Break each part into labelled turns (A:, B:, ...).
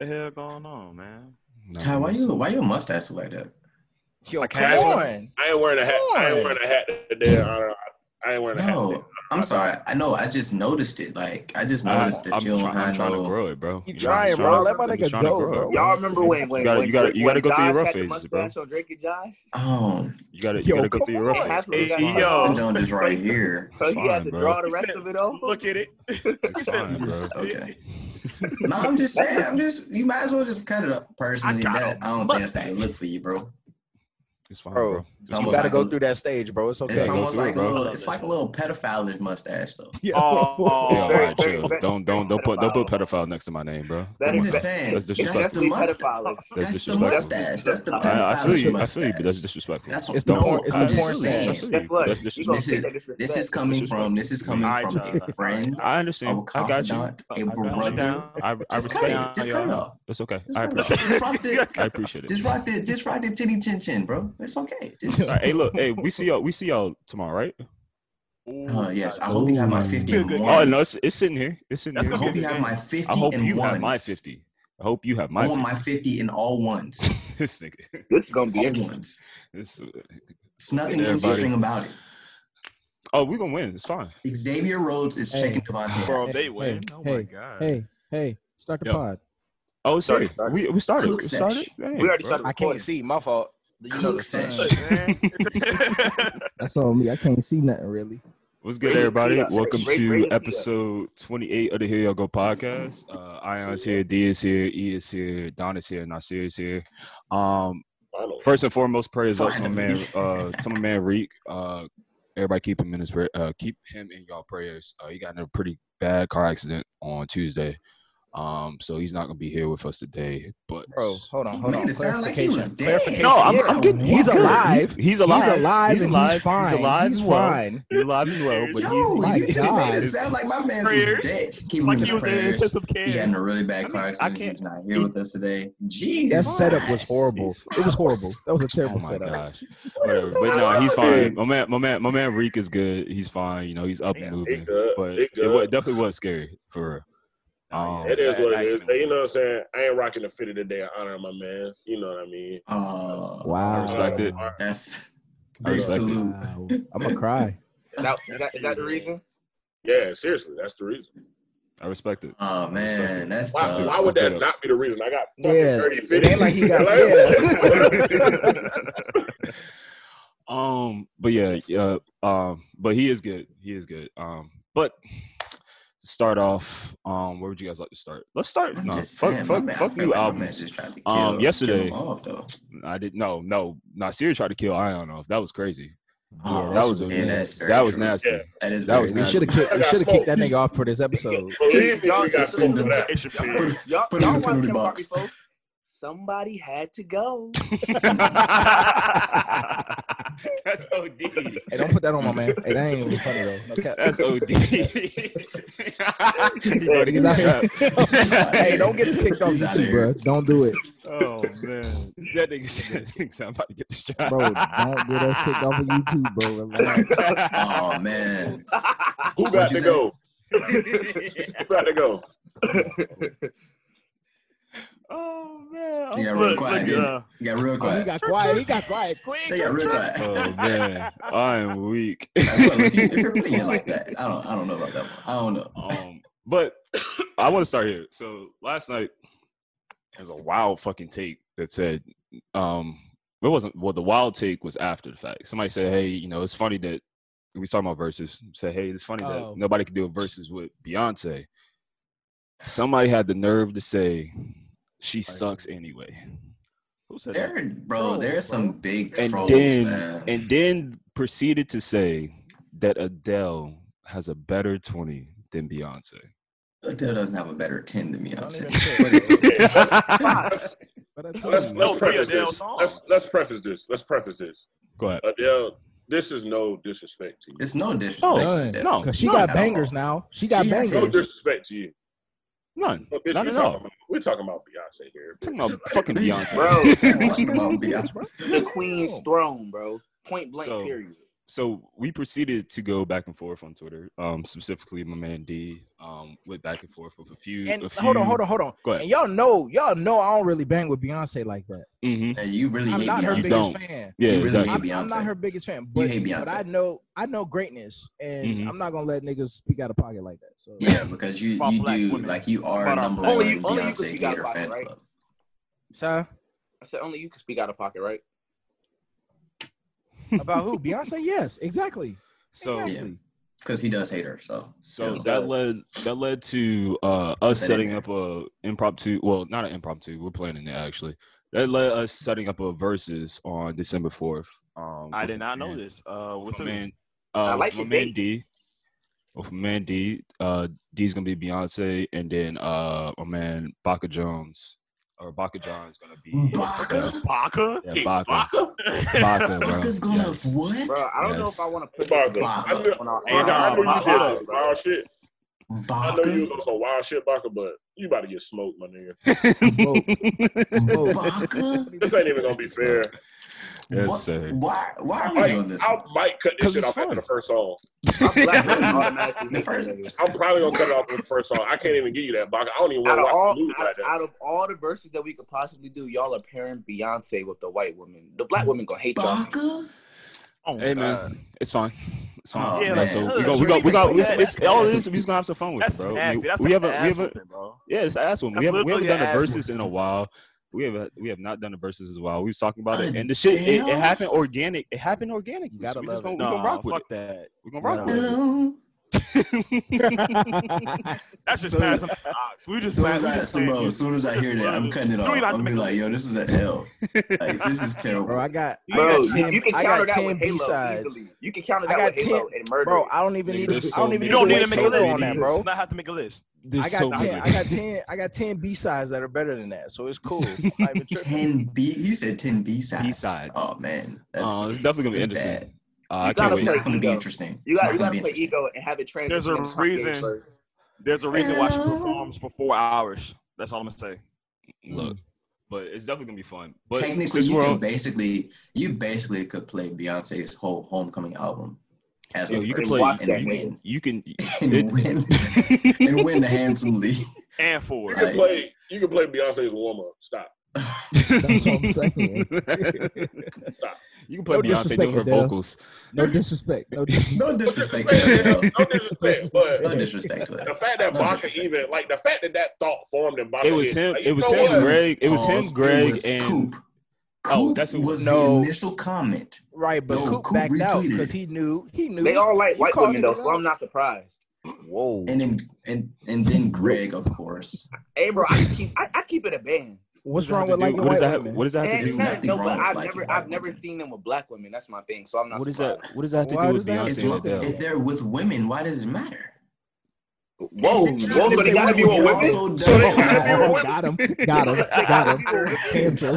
A: going on, man?
B: Ty, why you why your mustache look like that?
C: Yo,
A: Like,
C: come
A: how-
C: on.
D: I ain't wearing a hat. I ain't wearing a hat today. I, don't, I ain't wearing a hat. Today.
B: No, I'm sorry. I know. I just noticed it. Like I just
A: I,
B: noticed that
A: I'm,
B: you don't
A: try, I'm
B: have
A: trying to
B: no.
A: grow it, bro.
C: You
A: know,
C: trying,
A: I'm
C: bro.
A: trying-
C: Let my
A: I'm
C: nigga
A: trying to
C: go,
A: grow it,
C: bro.
E: Y'all remember when when
A: You gotta-
E: when
A: you gotta-
E: Dra-
A: you gotta
E: when
A: go through your
E: Josh
A: rough
E: had the
A: phases, bro.
E: mustache on Drake and Josh?
B: Oh,
A: You gotta, you
C: Yo,
A: gotta go
C: come
A: through your
C: on.
A: rough.
E: That's what we
D: Hey,
E: got.
F: Oh.
D: yo.
B: I'm doing this right here.
E: So
A: It's
E: he had
A: fine,
E: to
A: bro.
E: draw the
D: He
E: rest
D: said,
E: of it off.
D: Look at it. He
A: It's
D: said,
A: fine, bro.
D: "Look at it."
B: Okay. No, I'm just saying. I'm just. You might as well just cut it up. Personally,
D: got
B: that
D: a
B: I don't think that's a good
D: mustache.
B: look for you, bro.
A: It's fine,
C: Bro,
A: bro.
B: It's almost
C: You gotta
B: like
C: go
B: a-
C: through that stage, bro. It's
B: It's
A: Yeah,
C: okay.
A: go
B: almost
A: through it,
B: like a
A: bro.
B: little. It's like a little pedophile mustache, though.
C: Yo.
E: Oh,
A: Yeah, all
E: Very-
A: right,
E: very-
A: chill.
E: very-
A: Don't don't don't put don't put
E: pedophile.
A: pedophile next to my name, bro.
E: That
A: Come
B: I'm
A: on,
E: is-
A: now.
B: just saying.
A: That's
B: That's the
A: disrespectful.
E: definitely
B: mustache.
E: pedophilic.
A: That's
B: That's the
A: disrespectful.
B: mustache. That's the
E: I-
A: I, I
B: pedophile
A: feel you. I
B: mustache.
A: feel you, but that's disrespectful.
B: That's
C: It's the
B: no,
C: porn- it's the
B: I'm just
C: porn
B: saying.
A: stash.
E: Guess what?
A: That's
E: You gonna take
B: disrespectful.
E: that disrespect.
B: This is coming from. This is coming
A: Alright,
B: from a
A: John.
B: friend,
A: I
B: a
A: understand. I got you.
B: confidant, a
A: I got you.
B: brother.
A: I, I
B: Just cut
A: respect uh,
B: it. Just cut it off.
A: It's okay.
B: Just
A: I
B: cut it off. Just rock
A: appreciate it.
B: it.
A: I appreciate it.
B: Just rock the. Just rock the titty chin chin, bro. It's okay. Just.
A: All right, hey, look, hey, we see y'all. We see y'all tomorrow, right?
B: Uh, yes, I hope you have my 50 and
D: Ooh.
B: one.
A: Oh no, it's, it's sitting here. It's sitting
D: That's
B: I
A: here.
D: gonna
B: hope
D: be
B: you
D: a
B: have
D: good
B: my
D: game.
B: 50
A: I hope
B: and
A: you
B: ones.
A: have my fifty. I hope you have
B: I
A: my
B: want
A: 50.
B: my 50 in all ones.
A: this nigga.
E: This is gonna be
B: All
E: interesting.
B: ones.
A: This,
B: It's nothing
A: uh, Everybody.
B: interesting about it.
A: oh, we gonna win. It's fine.
B: Xavier Rhodes is
G: Hey.
B: checking Devontae.
D: Bro,
G: Hey,
D: they
G: hey,
D: win. oh my
G: hey,
D: god.
G: Hey, hey, start the
A: Yo.
G: pod.
A: Oh, sorry.
E: Started, started.
A: We we started.
B: Cook
A: We started.
B: sesh.
A: Dang,
E: We already
A: bro.
E: started
C: I
E: recording.
C: can't see. My fault. You know
B: Cook
C: the sun.
B: session.
D: Look, man.
G: That's on me. I can't see nothing really.
A: What's good,
E: Great to see
A: everybody?
E: ya.
A: Welcome
E: Great-
A: to
E: great to see ya.
A: episode 28 of the Here Y'all Go podcast. Uh, Ion's here, D is here, E is here, Don is here, Nasir is here. Um, first and foremost, prayers up to my man, uh, to my man Reek. Uh, everybody keep him in his prayer, uh, keep him in y'all prayers. Uh, he got in a pretty bad car accident on Tuesday, um, so he's not gonna be here with us today. But
C: Bro, hold on,
B: He
C: hold
B: made
C: on.
B: it sound like he
C: Clarification.
B: was dead.
C: Clarification.
A: no, I'm, I'm
B: Yeah.
A: getting.
G: He's
A: good.
G: alive.
A: He's, he's alive.
G: He's alive
A: He's
G: and
A: alive.
G: he's fine.
A: He's alive.
G: He's
A: as well.
G: fine.
A: He's alive as well, but
B: Yo,
A: he's,
G: my
B: you just made
G: God.
B: it sound like my man was
D: Prayers.
B: dead. Keep him
D: like
B: in
D: he
B: the
D: was in
B: prayers.
D: intensive care.
B: He had a really bad
D: I
B: car
D: mean, I
B: accident.
D: can't-
B: He's not here with us today. Jesus.
G: That setup was horrible.
A: He's
G: It was horrible. That was a
A: Oh
G: terrible
A: my
G: setup.
A: gosh. Whatever. But
D: going
A: no,
D: on,
A: he's
D: dude?
A: fine. My man, my man, my man Reek is good. He's fine. You know, he's up
D: Yeah,
A: and
D: he
A: moving.
D: good.
A: But
D: He
A: it wa-
D: good.
A: definitely was scary for real. Um,
D: It is
A: that
D: what it is.
A: accident
D: But you
A: was-
D: know what I'm saying? I ain't rocking the fitty today in honor of my man's. You know what I mean? Uh,
B: Oh,
G: Wow.
A: I respect it.
D: Alright.
B: That's
A: I
B: big
A: respect it.
B: salute.
G: Wow. I'm gonna cry.
E: Is that, is that, is that the reason?
D: Yeah, seriously, that's the reason.
A: I respect it.
B: Oh man, that's
D: Why,
B: tough.
D: why would that
A: Kudos.
D: not be the reason? I got fucking
G: Yeah,
D: 30 and
G: it
D: 50.
G: ain't like he got-
A: um, but yeah, yeah. Um, but he is good. He is good. Um, but to start off. Um, where would you guys like to start? Let's start.
B: I'm
A: No,
B: just
A: fuck,
B: saying, my
A: fuck,
B: man- I
A: fuck
B: feel
A: you
B: like my man
A: albums.
B: just tried to
A: Um,
B: kill- kill
A: yesterday-
B: him off, though.
A: I didn't. No, no. Nasir tried to kill Ion off. That was crazy.
B: Oh,
A: that was a,
B: yeah, that's very
A: that was
B: true.
A: nasty.
D: Yeah.
B: That is
A: That was
B: very
G: You
A: nasty.
G: should have kicked.
D: I
G: You
D: got
G: should have kicked
D: smoked.
G: that nigga off for this episode.
D: Believe me,
E: Y'all
D: we got
E: just-
D: suspended for that.
E: It
B: Put-
E: Y'all,
B: Put him
E: y'all
B: in the
E: watched
B: penalty
E: Kim Rock
B: box.
E: before? Somebody had to go.
A: That's OD.
G: Hey, don't put that on my man. Hey, that ain't even funny though. No cap.
A: That's OD. He know
G: He's out here.
A: that-
G: hey, don't get us kicked off
B: He's outta
G: YouTube,
B: here.
G: bro. Don't do it,
A: Oh man, that nigga said, "I think I'm about to get distracted."
G: bro. Don't get us kicked off of YouTube, bro. Relax.
B: Oh man,
D: Who got
B: What'd you
D: to
B: say?
D: go? Who got to go?
A: oh man.
B: Yeah,
A: Oh,
B: real
A: look,
B: quiet,
A: look,
B: dude.
A: uh,
B: you got real
G: Oh, he
B: quiet.
G: got quiet. He got quiet.
B: They got real quiet.
A: oh man, I am weak.
B: That's what- if, you, if you're putting it like that, I don't, I don't know about that one. I don't know.
A: Um, but I want to start here. So last night there's a wild fucking take that said, um, it wasn't. Well, the wild take was after the fact. Somebody said, "Hey, you know, it's funny that we was talking about verses." Said, "Hey, it's funny
G: Oh.
A: that nobody could do a verses with Beyonce." Somebody had the nerve to say she sucks anyway. Who said that?
B: There, bro, there are some big
A: And
B: trolls,
A: then,
B: man.
A: and then proceeded to say that Adele has a better twenty than Beyonce.
B: Adele doesn't have a better ten than me. I'm
G: Don't even
B: saying.
G: care.
B: But it's okay.
D: Let's,
G: But I told
D: let's,
G: you,
D: let's
G: man.
D: preface
A: Adele
D: this.
A: song.
D: Let's, let's preface this. Let's preface this.
A: Go ahead.
D: Adele, this is no disrespect to you.
B: It's no disrespect.
A: No,
B: to
G: None.
B: Adele.
A: no.
G: Cause she
A: None
G: got
B: at
G: bangers
B: all.
G: now. She got
B: She has
D: No
G: bangers.
D: disrespect to you.
A: None.
D: But bitch,
A: Not
D: we
A: at
D: talking
A: all.
D: about, we're talking about Beyonce here.
A: Talking
D: bitch.
A: about fucking
B: Bro.
A: Beyonce.
E: Bro,
B: Talking about Beyonce.
E: the queen's throne, bro. Point blank,
A: So-
E: period.
A: so we proceeded to go back and forth on Twitter. Um, specifically, my man D um, went back and forth with a few.
H: And
A: a few,
H: hold on, hold on, hold on.
A: Go
H: And
A: ahead.
H: y'all know, y'all know I don't really bang with Beyonce like that.
A: hmm
B: Hey, you really
H: I'm
B: hate
H: not her
A: You
H: biggest
B: Beyonce.
A: don't.
H: fan.
A: Yeah,
B: You really
A: exactly.
B: hate
H: I'm, I'm
B: Beyonce.
H: not her biggest fan, but,
B: hate Beyonce. Mm-hmm.
H: but I know I know greatness, and
A: Mhm.
H: I'm not gonna let niggas speak out of pocket like that. So
B: Yeah, because you
H: About
B: you
H: black
B: do
H: women.
B: like you are
H: About our
B: number
H: black
B: one
E: Only- only you can
B: Beyonce
E: speak out
B: hater
E: about it,
B: fan
E: right?
B: club.
H: so
E: I said only you can speak out of pocket, right?
H: about who? Beyonce? Yes, exactly.
A: So
H: exactly.
B: Because he does hate her. So
A: So
E: Yeah.
A: that led that led to uh, us
B: Put that in
A: setting
B: there.
A: up a impromptu. Well, not an impromptu. We're planning it actually. That led us setting up a versus on December fourth. Um,
F: I
A: with
F: did not
A: my
F: know
A: man-
F: this. Uh,
A: With
F: with
A: my
F: who?
A: man, uh,
E: like
A: with my
E: the
A: man
E: date.
A: D. With my man D. Uh, D's gonna be Beyonce, and then uh, my man Baka Jones or Baka John's gonna
H: Mm.
A: be
B: Baka?
F: Baka?
A: Yeah,
F: Hey,
A: Baka. Baka, bro.
B: Baka's gonna
A: Yes.
B: what?
E: Bro, I don't know
A: Yes.
E: if I want to put
D: Baka.
E: this
D: I
B: Baka.
D: knew,
E: on our.
D: hey,
E: on
D: nah, I
E: our-
D: knew
E: on
D: you
E: our
D: did
E: live,
D: some
E: bro.
D: wild shit. I know you was
B: Baka.
D: on some wild shit, Baka, but you about to get smoked, my nigga.
H: Smoke. Smoke.
B: Baka.
D: This ain't even gonna be fair.
A: Yes,
B: What-
A: sir.
B: Why? Why are we
D: Like,
B: doing this?
D: I might cut this
A: 'Cause
D: shit
A: it's
D: off after
A: fun.
D: the first song.
E: Black women
B: Yeah.
E: automatically
B: The
E: hate
B: first-
E: that nigga.
D: I'm probably gonna cut it off with the first song. I can't even give you that, Baka. I don't even
E: out
D: want
E: of
D: to watch
E: all
D: the news
E: out,
D: like that.
E: out of all the verses that we could possibly do, y'all are pairing Beyonce with the white woman. The black woman gonna hate y'all.
B: Baka.
F: Oh,
A: Hey man,
F: God.
A: it's fine. It's
F: oh,
A: fine.
B: Yeah,
A: Yeah,
B: like,
A: so
F: ugh,
A: we go, we go, we go. It's, it's,
F: that's
A: all this. We just gonna have some fun with
F: That's
A: it, bro.
F: nasty.
A: We,
F: That's
A: we
F: like
A: have a,
F: an
A: we
F: ass
A: have a,
F: whooping, bro.
A: yeah, it's an ass one. We
F: That's
A: haven't, we haven't
F: literally
A: done
F: an
A: a
F: ass
A: versus in a while. We have, we have not done a versus in a while. We was talking about it,
B: Uh,
A: and the shit, it, it
B: damn.
A: happened organic. It happened organic.
H: You
A: So
H: gotta
A: we just
H: love
A: gonna,
H: it.
A: we gonna
F: Nah,
A: rock with
F: fuck
A: it.
F: that.
A: We gonna rock with it.
B: Hello.
F: That's just
B: So-
F: passing us ox. We
B: As
F: just
B: soon as
F: passing
B: I, so, bro, as soon as I hear that, I'm cutting it
F: You
B: off.
F: don't even have
B: I'm
F: to
B: gonna be
F: make a
B: like, yo, this is an L. Like, this is
H: Bro,
B: terrible.
H: I got
E: Bro,
H: I got
E: you,
H: 10
E: you can
H: I got
E: counter that
H: 10
E: with Halo
H: B-sides.
E: easily. You can counter
H: I
E: that with
H: got
E: Halo and murder.
H: Bro, I don't even
A: Nigga,
H: need
A: there's
H: I
A: so
H: don't even
A: many-
H: need
F: You don't need
H: to
F: to
H: waste
F: make a
H: Halo
F: list.
H: on that, bro.
F: Does not have to make a list.
H: I
A: There's
H: got
A: so
H: ten. I
A: many.
H: got ten. I got ten B sides that are better than that, so it's cool. I'm not even tripping.
B: Ten B. He said ten B sides.
A: B-sides.
B: Oh man,
A: Uh, it's definitely gonna be
B: it's
A: interesting.
B: bad.
A: Uh, I
E: You
A: can't
E: gotta
B: It's
A: wait.
E: play
B: not gonna be
E: ego.
B: interesting.
E: you
B: It's
E: got
B: not
E: you
B: gonna
E: gotta
B: be
E: play
B: interesting.
E: ego and have it transition.
F: There's a
E: into
F: reason.
E: first.
F: There's a reason why she
B: Hello.
F: performs for four hours. That's all I'm gonna say.
A: Look, but it's definitely gonna be fun. But
B: Technically,
A: since
B: you
A: we're
B: can
A: on,
B: basically you basically could play Beyonce's whole Homecoming album as
A: Yo,
B: a
A: you can
B: first
A: play-
B: and
E: you can-
B: win
A: you can.
B: and
A: it-
B: win and win handsomely.
F: And for it.
D: You can
B: Right.
D: play. You can play Beyonce's warm up. Stop.
G: That's what I'm saying.
A: you can play
G: No
A: Beyonce
G: disrespect,
A: doing her
G: Adele.
A: vocals.
G: No disrespect. No disrespect.
B: No
D: No
B: disrespect to
D: disrespect.
B: her.
D: No disrespect, but
B: No disrespect to
D: the
B: her.
D: fact that
B: No
D: Baka
B: disrespect.
D: even like the fact that that thought formed in Baka.
A: It was
D: head,
A: him.
D: like,
A: It
D: you
A: was
D: know
A: him,
D: what?
A: Greg. It was
B: Pause.
A: him,
B: It
A: Greg,
B: was
A: and
B: Coop. Coop
A: Oh, that's who-
B: was
H: No.
B: the initial comment.
H: Right, but
B: Yo,
H: Coop
B: Coop
H: backed out
B: retweeted
H: because
B: it.
H: he knew he knew.
E: They all like
H: You
E: white
H: called
E: women
H: it
E: though,
H: out.
E: so I'm not surprised.
H: Whoa.
B: And then and and then Greg, of course.
E: Hey, bro, I keep I, I keep it a band.
H: What's
A: What
H: wrong
A: does
H: with like
A: that have to do- what
H: white
A: does that have,
H: women?
A: what does that
E: And
A: have to
B: There's
E: no,
A: do?
B: nothing
E: no, but
B: wrong with
E: I've
B: liking
E: never
B: white
E: I've never
B: women.
E: seen them with black women. That's my thing. So I'm not
A: What is that?
E: surprised.
A: What does that have to
H: Why
A: do
H: does
A: with
H: that have
B: If,
A: Beyonce and
H: to do
A: Adele?
B: if they're with women, why does it matter?
E: Whoa,
B: If
E: whoa, so
H: if
E: they
H: they
E: gotta
H: want
E: be
H: to
E: with
H: be
E: women?
B: also
E: So they
B: dumb.
E: gotta be with women.
G: Got him. Got him. Got him. Cancel.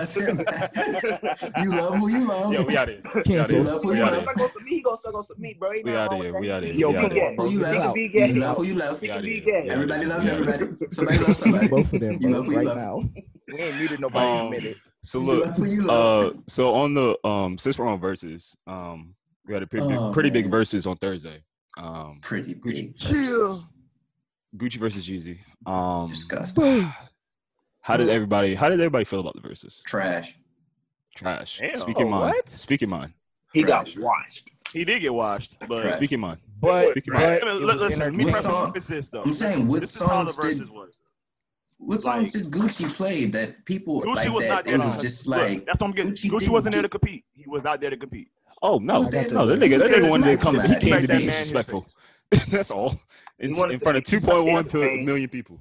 B: you love who you love.
F: Yeah, we out here.
B: You
G: Cancel.
B: love who
E: He
B: you
E: gonna
B: love.
E: suck on some me, he gonna suck on some me, bro. Ain't
A: We
E: nothing
A: outta
E: wrong
A: here,
E: with
A: we
E: that.
A: outta
E: He
A: here,
H: Yo,
E: can
A: we
E: be
A: outta here.
E: gay.
B: Who you
E: He
B: love.
E: can be
B: You
E: gay.
B: love who you love.
E: He
A: Get
E: can
A: outta
E: be
A: here.
E: gay.
B: Everybody loves
A: Yeah.
B: everybody. Somebody loves somebody.
G: Both of them,
B: You
G: bro.
B: love who you
G: Right
B: love.
G: now.
H: We ain't needed nobody
A: Um,
H: committed.
A: So
B: You
A: look,
B: love who you
A: uh,
B: love.
A: so on the um, since we're on verses, um, we had a pretty big,
B: Oh,
A: pretty big
B: man.
A: verses on Thursday. Um,
B: Pretty big.
H: Chill.
A: Gucci versus Yeezy. Um,
B: Disgusting.
A: how did everybody? How did everybody feel about the verses?
B: Trash.
A: Trash.
F: Damn.
A: Speaking
H: Oh,
A: mine.
H: what?
A: Speaking mine.
E: He got watched.
F: He did get washed, but
B: Trash.
A: Speaking mine.
H: But
A: Speaking mine.
H: but
F: Let me-
H: it
F: let-
H: was
F: listen, me
H: entertaining.
B: What
F: personally
B: song-
F: it's this though.
B: I'm saying what
F: Oh, This is how the
B: songs did
F: verses was.
B: what songs did Gucci play that people
F: Gucci
B: like
F: was
B: that
F: not
B: it
F: there.
B: was
F: to-
B: just
F: look,
B: like
F: that's what I'm getting.
B: Gucci
F: Gucci,
B: didn't
F: wasn't there to
B: get-
F: compete. He was not there to compete.
A: Oh no,
B: Who's that?
A: no, that nigga, that
B: Who's
A: nigga wanted to
B: that?
A: come. He
B: Smack
A: came
B: that
A: to
F: Respect
A: be
F: that man.
B: man.
A: disrespectful.
F: his face.
A: That's all. In,
E: wanted
A: in
E: to
A: front of
E: make his
A: 2.1
E: fucking
A: pil-
E: face.
A: million people.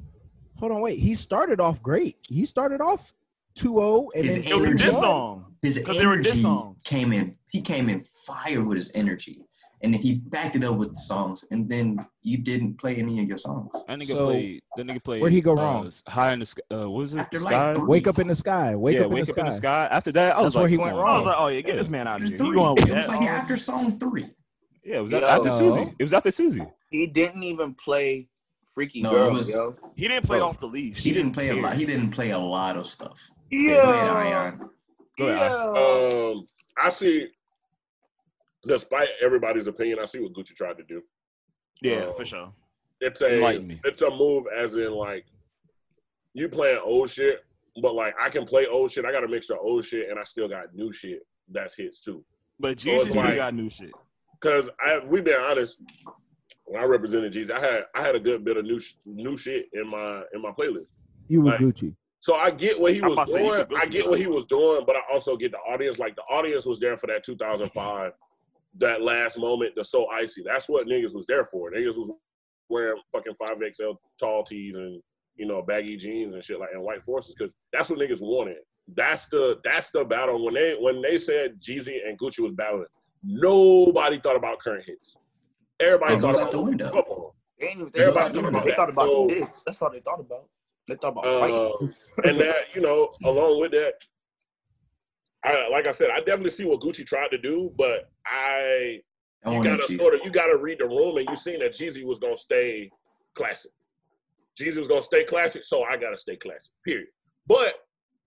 H: Hold on, wait. He started off great. He started off 2-0 and
B: His
H: then
F: It was
B: energy.
F: this song.
B: his
F: 'Cause they were diss
B: energy
F: songs.
B: came in. He came in fire with his energy, and then he backed it up with the songs. And then you didn't play any of your songs.
A: That nigga
H: So,
A: played. That nigga played.
H: where'd he go
A: uh,
H: wrong?
A: s- high in the sky. Uh, what was it?
B: After, like,
A: sky?
B: three-
H: Wake up in the sky. Wake
A: yeah,
H: up,
A: wake
H: in, the
A: up in the
H: sky.
A: sky. After that, I was
H: That's where
A: like,
H: he
A: come
H: went
A: on.
H: wrong.
F: I was like, oh yeah, get
A: Yeah.
F: this man out of
B: After
F: here.
B: three,
F: You going with
B: it was
F: that?
B: like after song three.
A: Yeah, it was
E: Yo.
A: after Susie. It was after Susie.
E: He didn't even play Freaky
B: No, it
E: Girl,
B: was-
E: yo.
F: He didn't play
A: Bro,
F: off the leash.
B: He didn't play a lot. He didn't play a lot of stuff. Go ahead,
E: Yeah.
B: Ariana.
D: Oh,
A: Go ahead,
E: Yeah.
D: Um, I see. Um, despite everybody's opinion, I see what Gucci tried to do.
F: Yeah,
D: Uh,
F: for sure.
D: It's a
A: Enlighten me.
D: it's a move as in like you playing old shit, but like I can play old shit. I got a mix of old shit and I still got new shit that's hits too.
F: But
D: so it's
F: Jesus still
D: like-
F: got new shit.
D: Cause I we been honest. When I represented Jesus, I had I had a good bit of new sh- new shit in my in my playlist.
G: You were
D: Right.
G: Gucci.
D: So I get what he
F: I'm
D: was
F: about to say, you
D: doing.
F: could go
D: I
F: to
D: get
F: that.
D: what he was doing, but I also get the audience. Like the audience was there for that 2005, that last moment, the so icy. That's what niggas was there for. Niggas was wearing fucking five XL tall tees and you know baggy jeans and shit like and white forces because that's what niggas wanted. That's the that's the battle when they when they said Jeezy and Gucci was battling. Nobody thought about current hits. Everybody
B: It
D: thought
B: goes
D: about
B: out the window.
D: Come on.
E: They ain't even think
D: Everybody
E: about doing
D: talking
E: They
D: about
E: thought about
D: that.
E: this. That's all they thought about. They thought about fighting.
D: Um, and that, you know, along with that, I, like I said, I definitely see what Gucci tried to do, but I
B: I
D: you
B: want
D: gotta
B: to cheat.
D: sort of you gotta read the room, and you seen that Jeezy was gonna stay classic. Jeezy was gonna stay classic, so I gotta stay classic. Period. But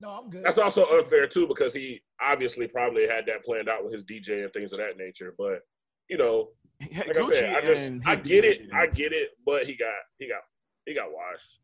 H: No, I'm good.
D: that's also unfair too because he obviously probably had that planned out with his DJ and things of that nature. But you know, like I said, I just I get it, I get it, but he got he got he got washed.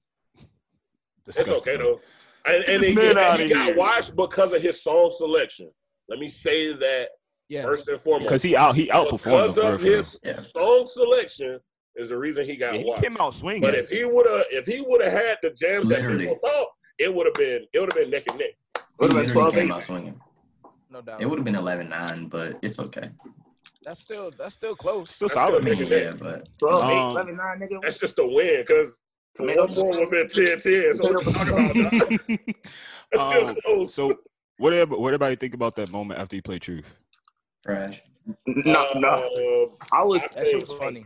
D: It's okay though. And, and
F: This
D: he,
F: man
D: and
F: outta
D: he got
F: here.
D: washed because of his song selection. Let me say that
H: Yeah.
D: first and foremost.
A: Because he out he outperformed
D: because
A: them
D: of
A: for real, for
D: his
B: Yeah.
D: song selection is the reason he got
F: Yeah, he
D: washed.
F: came out swinging.
D: But if he would have, if he would have had the jams
B: Literally.
D: that people thought, it would have been, it would have been neck and neck.
B: He
E: What about
B: literally
E: 12
B: came out swinging.
C: No doubt.
B: It would have been 11-9, but it's okay.
C: That's still that's still close.
A: Still
D: That's
A: solid.
B: I
D: good.
B: mean, yeah, but
E: 12,
A: Um,
E: 8, 11, 9, nigga.
D: That's just a win because one
E: Tomato,
D: more would have been 10 10. So what you talking about? dog? That's still
A: Um,
D: close.
A: so what did what everybody think about that moment after he played Truth?
B: trash.
E: No, no.
D: Um,
E: I was.
D: I
C: That shit was funny.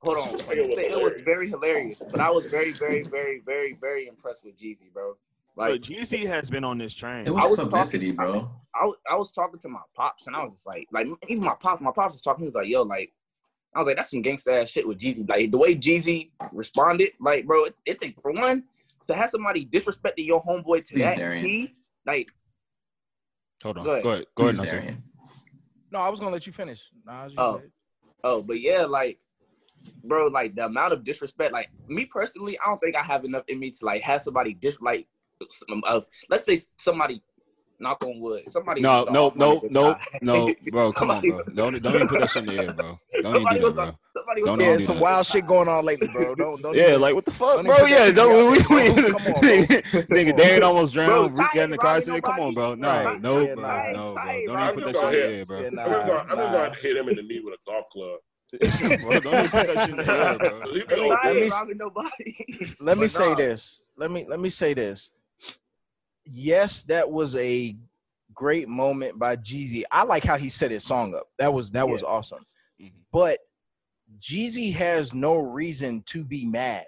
E: Hold on.
D: It was
E: It was,
D: hilarious.
E: very hilarious, but I was very, very, very, very, very impressed with Jeezy, bro.
F: But
E: Like
F: Jeezy has been on this train.
B: It
E: I
B: was
E: was
B: publicity,
E: talking-
B: bro.
E: I, was- I was talking to my pops, and I was just like, like even my pops, my pops was talking. He was like, "Yo, like." I was like, that's some gangsta ass shit with Jeezy. Like the way Jeezy responded, like, bro, it, it take for one to have somebody disrespecting your homeboy to
B: Please,
E: that
B: Darian.
E: key. Like,
A: Hold on.
E: Go
A: Go
E: ahead.
A: ahead. Go ahead. Go ahead
B: He's
A: Nasir.
B: Darian.
H: No, I was gonna let you finish. Nah, you
E: Oh.
H: good.
E: Oh, but yeah, like, bro, like the amount of disrespect. Like me personally, I don't think I have enough in me to like have somebody dis like some of let's say somebody knock on wood. Somebody
A: No,
E: was
A: no,
E: off on a
A: no,
E: good
A: no,
E: time.
A: no, bro. Come on,
E: Somebody-
A: bro. Don't don't even put that shit in the air, bro. Don't even
E: Somebody
A: do
E: was
A: that, bro.
E: off- Somebody was
A: Don't
H: Yeah,
A: do
H: some
A: that.
H: wild shit going on lately, bro. Don't don't.
A: Yeah,
H: even-
A: like what the fuck,
H: Don't
A: bro?
H: even put
A: Yeah,
H: that
A: don't we,
H: shit
A: we,
H: out there, bro. Come on, bro.
A: nigga, Dan almost drowned.
E: Bro,
A: Rick
E: Ty
A: got in the
E: ain't
A: car
E: robbing
A: said, "Come on, bro, no,
E: nobody.
A: no,
H: Yeah,
A: no,
H: nah.
A: no,
E: Ty
A: bro,
E: ain't
A: don't even put
D: robbing
A: that shit in the air,
H: Yeah,
A: bro."
H: nah,
D: I'm just, gonna, I'm just
H: nah.
D: gonna hit him in the knee with a golf club.
A: Bro, Don't even put that shit in the air, bro.
D: He be
E: Ty
D: open.
E: ain't
H: me s-
E: robbing nobody.
H: Let me
E: But
H: say
E: nah.
H: this. Let me let me say this. Yes, that was a great moment by Jeezy. I like how he set his song up. That was that was awesome.
A: Mhm.
H: But Jeezy has no reason to be mad.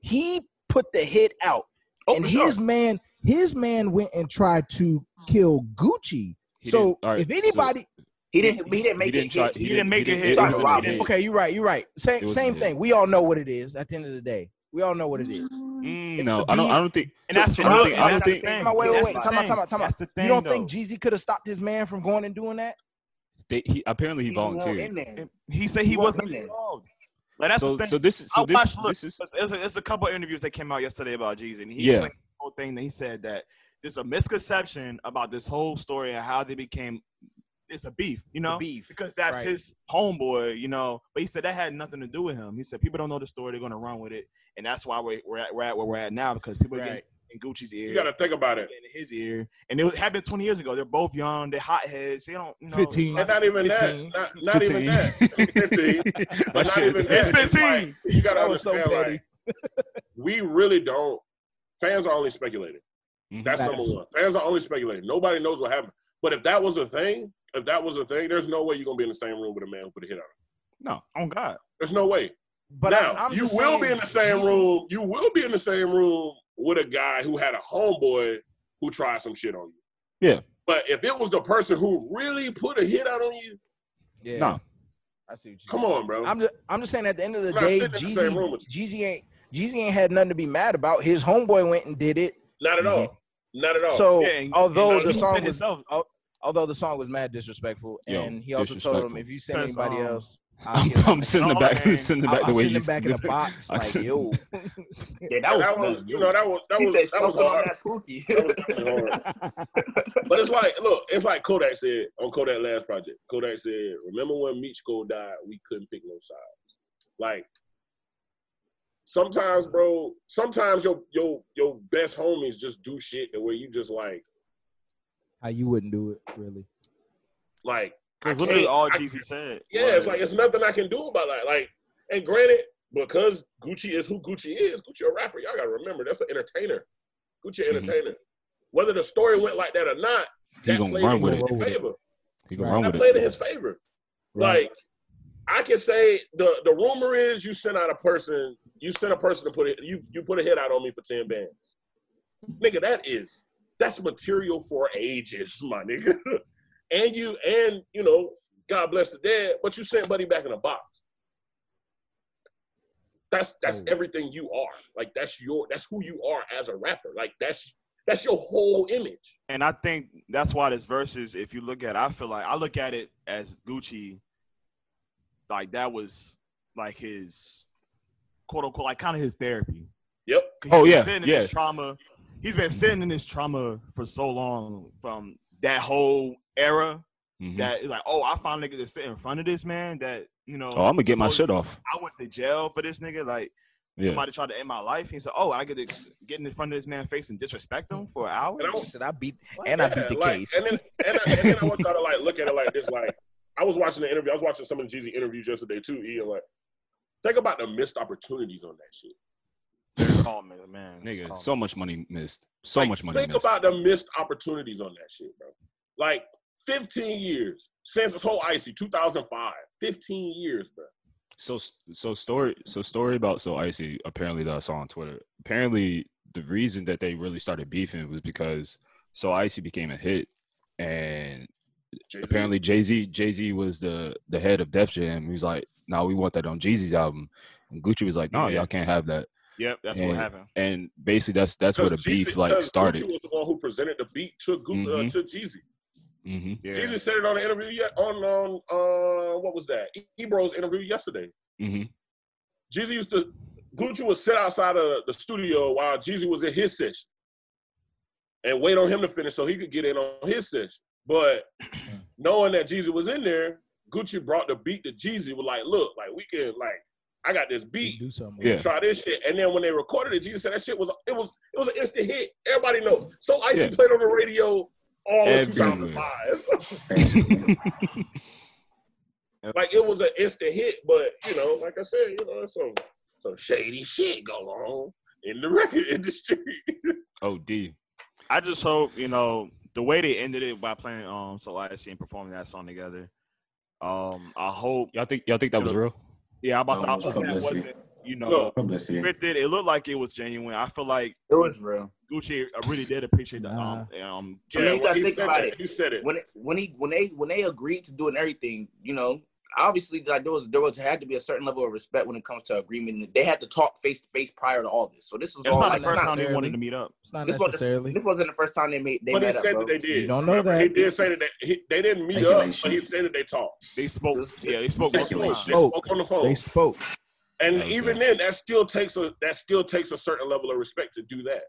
H: He put the hit out,
E: Oh,
H: and
E: for
H: his
E: sure.
H: man his man went and tried to kill Gucci.
A: He
H: so
A: didn't- all right,
H: if
A: so-
H: anybody,
E: he didn't. He didn't make
A: didn't
E: it.
A: try-
E: hit.
A: He
F: didn't make
A: he
F: it hit.
A: it
E: Sorry,
A: wasn't
E: Rob.
A: a hit.
H: okay, you're right. You're right.
A: It
H: Same
A: was a
H: same
A: hit.
H: thing. We all know what it is. At the end of the day, we all know what it is.
A: Mm,
H: If
A: no,
H: the
A: I don't.
H: beat-
A: I don't think.
F: And that's
A: I
F: and
A: don't think.
F: that's
A: I don't
F: the
A: think.
F: thing.
H: Time out, wait, wait,
F: That's
H: wait.
F: the
H: Time out,
F: thing.
H: time out, time out.
F: That's the thing.
H: you don't
F: though.
H: think Jeezy could have stopped his man from going and doing that?
A: They, he apparently he
E: He won't
A: volunteered.
E: in there.
F: he said he
E: He
F: was
E: wasn't
F: not
E: in there.
F: involved? Like that's
A: so
F: the thing.
A: so this is
F: I
A: so this
F: watched- look,
A: this is
F: It's- It's a, it's a couple of interviews that came out yesterday about Jeezy, and he
A: Yeah.
F: explained the whole thing. That he said that there's a misconception about this whole story and how they became. It's a beef, you know,
C: beef.
F: because that's
H: right.
F: his homeboy, you know. But he said that had nothing to do with him. He said people don't know the story; they're gonna run with it, and that's why we're we're at, we're at where we're at now because people are
H: Right.
F: getting in Gucci's ear,
D: You gotta think about it.
F: getting in his ear, and it was- happened 20 years ago. They're both young, they're hotheads. They don't, you know,
H: 15.
D: And not even that.
H: 15.
D: Not, not even that. 15. But not even that.
F: It's
D: It's like,
F: 15.
D: you gotta
H: That was so
D: understand,
H: petty.
D: like, we really don't. Fans are only speculating.
H: Mm-hmm.
A: Mhm.
D: That's
H: Facts.
D: number one. Fans are only speculating. Nobody knows what happened. But if that was a thing, if that was a thing, there's no way you're gonna be in the same room with a man who put a hit on. him.
F: on God.
D: There's no way.
H: But
D: now
H: I'm, I'm
D: you will
H: just
D: be
H: saying,
D: in the same
H: Jeezy-
D: room. You will be in the same room with a guy who had a homeboy who tried some shit on you.
A: Yeah.
D: But if it was the person who really put a hit out on you,
H: Yeah,
A: No.
H: I see what you.
D: come on, bro.
H: I'm just I'm just saying. At the end of the
D: We're not
H: day,
D: sitting in the same room
H: Jeezy
D: with
H: Jeezy ain't Jeezy ain't had nothing to be mad about. His homeboy went and did it.
E: Mm-hmm.
D: Not at all. Not at all.
H: so
F: Yeah, and-
H: although
D: and
H: the
F: he
H: song
F: said
H: was
F: himself,
H: Although the song was mad disrespectful,
A: Yo,
H: and he also told him
A: disrespectful.
H: if you send
F: That's,
H: anybody
F: um,
H: else, I'll
A: I'm,
H: get
A: I'm sending it back.
F: Okay.
A: sending it
H: I'll,
A: back
H: I'll
A: the way
H: send
A: you
H: him back in a box.
A: I
H: Like
A: send-
H: yo,
E: Yeah, that was,
D: That, was,
E: nuts.
D: you know, that was that
E: he
D: was
E: said,
D: that was
E: "Suck on
D: hard.
E: that cookie."
D: That was- that was hard. But it's like, look, it's like Kodak said on Kodak last project. Kodak said, "Remember when Michiko died? We couldn't pick no side. Like
E: Mm.
D: sometimes, bro. Sometimes your your your best homies just do shit that where you just like
G: How you wouldn't do it, really?
D: like
F: Because
D: I
F: literally
D: can't-
F: all
D: I-
F: Jeezy said.
D: yeah,
F: was-
D: it's like it's nothing I can do about that. Like, and granted, because Gucci is who Gucci is, Gucci a rapper. Y'all gotta remember that's an entertainer. Gucci an
A: Mhm.
D: entertainer. Whether the story went like that or not,
A: He
D: that
A: gonna
D: played
A: run
D: in
A: with
G: it.
D: Gucci's favor.
A: He gonna
G: Right.
A: run
D: That
A: with
D: played in
A: it.
D: his favor.
G: Right.
D: Like, I can say the the rumor is you sent out a person, you sent a person to put it, you you put a hit out on me for ten bands. Nigga, that is that's material for ages, my nigga. and you and you know, God bless the dead, but you sent Buddy back in a box. That's that's
G: Oh.
D: everything you are. Like that's your that's who you are as a rapper. Like that's that's your whole image.
F: And I think that's why this versus, if you look at, it, I feel like I look at it as Gucci, like that was like his quote unquote, like kind of his therapy.
D: Yep.
F: 'Cause he's
A: Oh,
F: been
A: yeah,
F: sitting in
A: yeah.
F: This trauma. He's been sitting in this trauma for so long from that whole era
A: Mhm.
F: that it's like, oh, I finally get to sit in front of this man that you know.
A: Oh, I'm gonna get my
F: supposed-
A: shit off.
F: I went to jail for this nigga. Like
A: Yeah.
F: somebody tried to end my life. He said, oh, I get to get in front of this man's face and disrespect him for an hour.
D: And I
H: I
D: was-
H: said I beat and I beat the
D: like,
H: case.
D: And then, and, I, and then I want y'all to like look at it like this. Like I was watching the interview. I was watching some of the Jeezy interviews yesterday too. E and like, think about the missed opportunities on that shit.
F: Oh man, man.
A: Nigga,
F: Oh,
A: so much money missed. So
D: Like,
A: much money
D: Think
A: missed.
D: about the missed opportunities on that shit, bro. Like 15 years since this whole icy 2005. 15 years, bro.
A: So so story so story about so icy. Apparently, that I saw on Twitter. Apparently, the reason that they really started beefing was because so icy became a hit, and
D: Jay-Z.
A: apparently Jay Z Jay Z was the the head of Def Jam. He was like, "No, nah, we want that on Jeezy's album." And Gucci was like, "No,
F: Yeah.
A: y'all can't have that."
F: Yep, that's
A: Yeah.
F: what happened.
A: And basically, that's that's where the
D: Because Jeezy-
A: beef like
D: because
A: started.
D: Gucci was the one who presented the beat to Gu- uh,
A: Mhm.
D: to Jeezy.
A: hmm
F: Yeah.
D: Jeezy said it on the interview yet on on uh what was that? Ebro's interview yesterday.
A: hmm
D: Jeezy used to Gucci would sit outside of the studio while Jeezy was in his session and wait on him to finish so he could get in on his session. But knowing that Jeezy was in there, Gucci brought the beat to Jeezy was like, look, like we can like I got this beat,
G: Do something. with
A: Yeah.
G: it.
D: try this shit. And then when they recorded it, Jeezy said that shit was it was it was an instant hit. Everybody know. So Icy
A: Yeah.
D: played on the radio all of
A: Everywhere.
D: 2005.
B: Basically.
D: like it was an instant hit, but you know, like I said, you know, that's some some shady shit going on in the record industry.
A: OD.
F: I just hope you know the way they ended it by playing um so I see and performing that song together. Um, I hope.
A: Y'all think y'all think that was real?
F: Yeah, I'm about to say, I
B: No,
F: hope that
B: publicity.
F: wasn't you know
D: No.
B: Publicity.
F: scripted. It looked like it was genuine. I feel like
E: It was real.
F: Gucci I really did appreciate the um um.
E: Yeah,
F: Jeezy.
E: you gotta think
D: said
E: about
D: it.
E: it.
D: He said it.
E: When it, when he when they when they agreed to doing everything, you know, obviously like there was there was had to be a certain level of respect when it comes to agreement. They had to talk face to face prior to all this. So this was
F: That's
E: all
D: oh,
F: not
E: like,
F: the first
E: not-
F: time they wanted
G: necessarily.
F: to meet up.
G: It's not
E: This one-
G: necessarily.
E: This wasn't the first time they made they
D: But he
E: met up,
D: said
E: bro.
D: that they did.
G: You don't know
D: He
G: that.
D: did say that they, he, they didn't meet up, but he said that they talked.
F: They spoke.
E: This-
F: Yeah, they spoke.
D: They
F: multiple
D: spoke,
F: times.
D: they
G: Oh.
D: spoke on the phone,
G: They spoke.
D: and
A: That was
D: even
A: good.
D: then, that still takes a that still takes a certain level of respect to do that.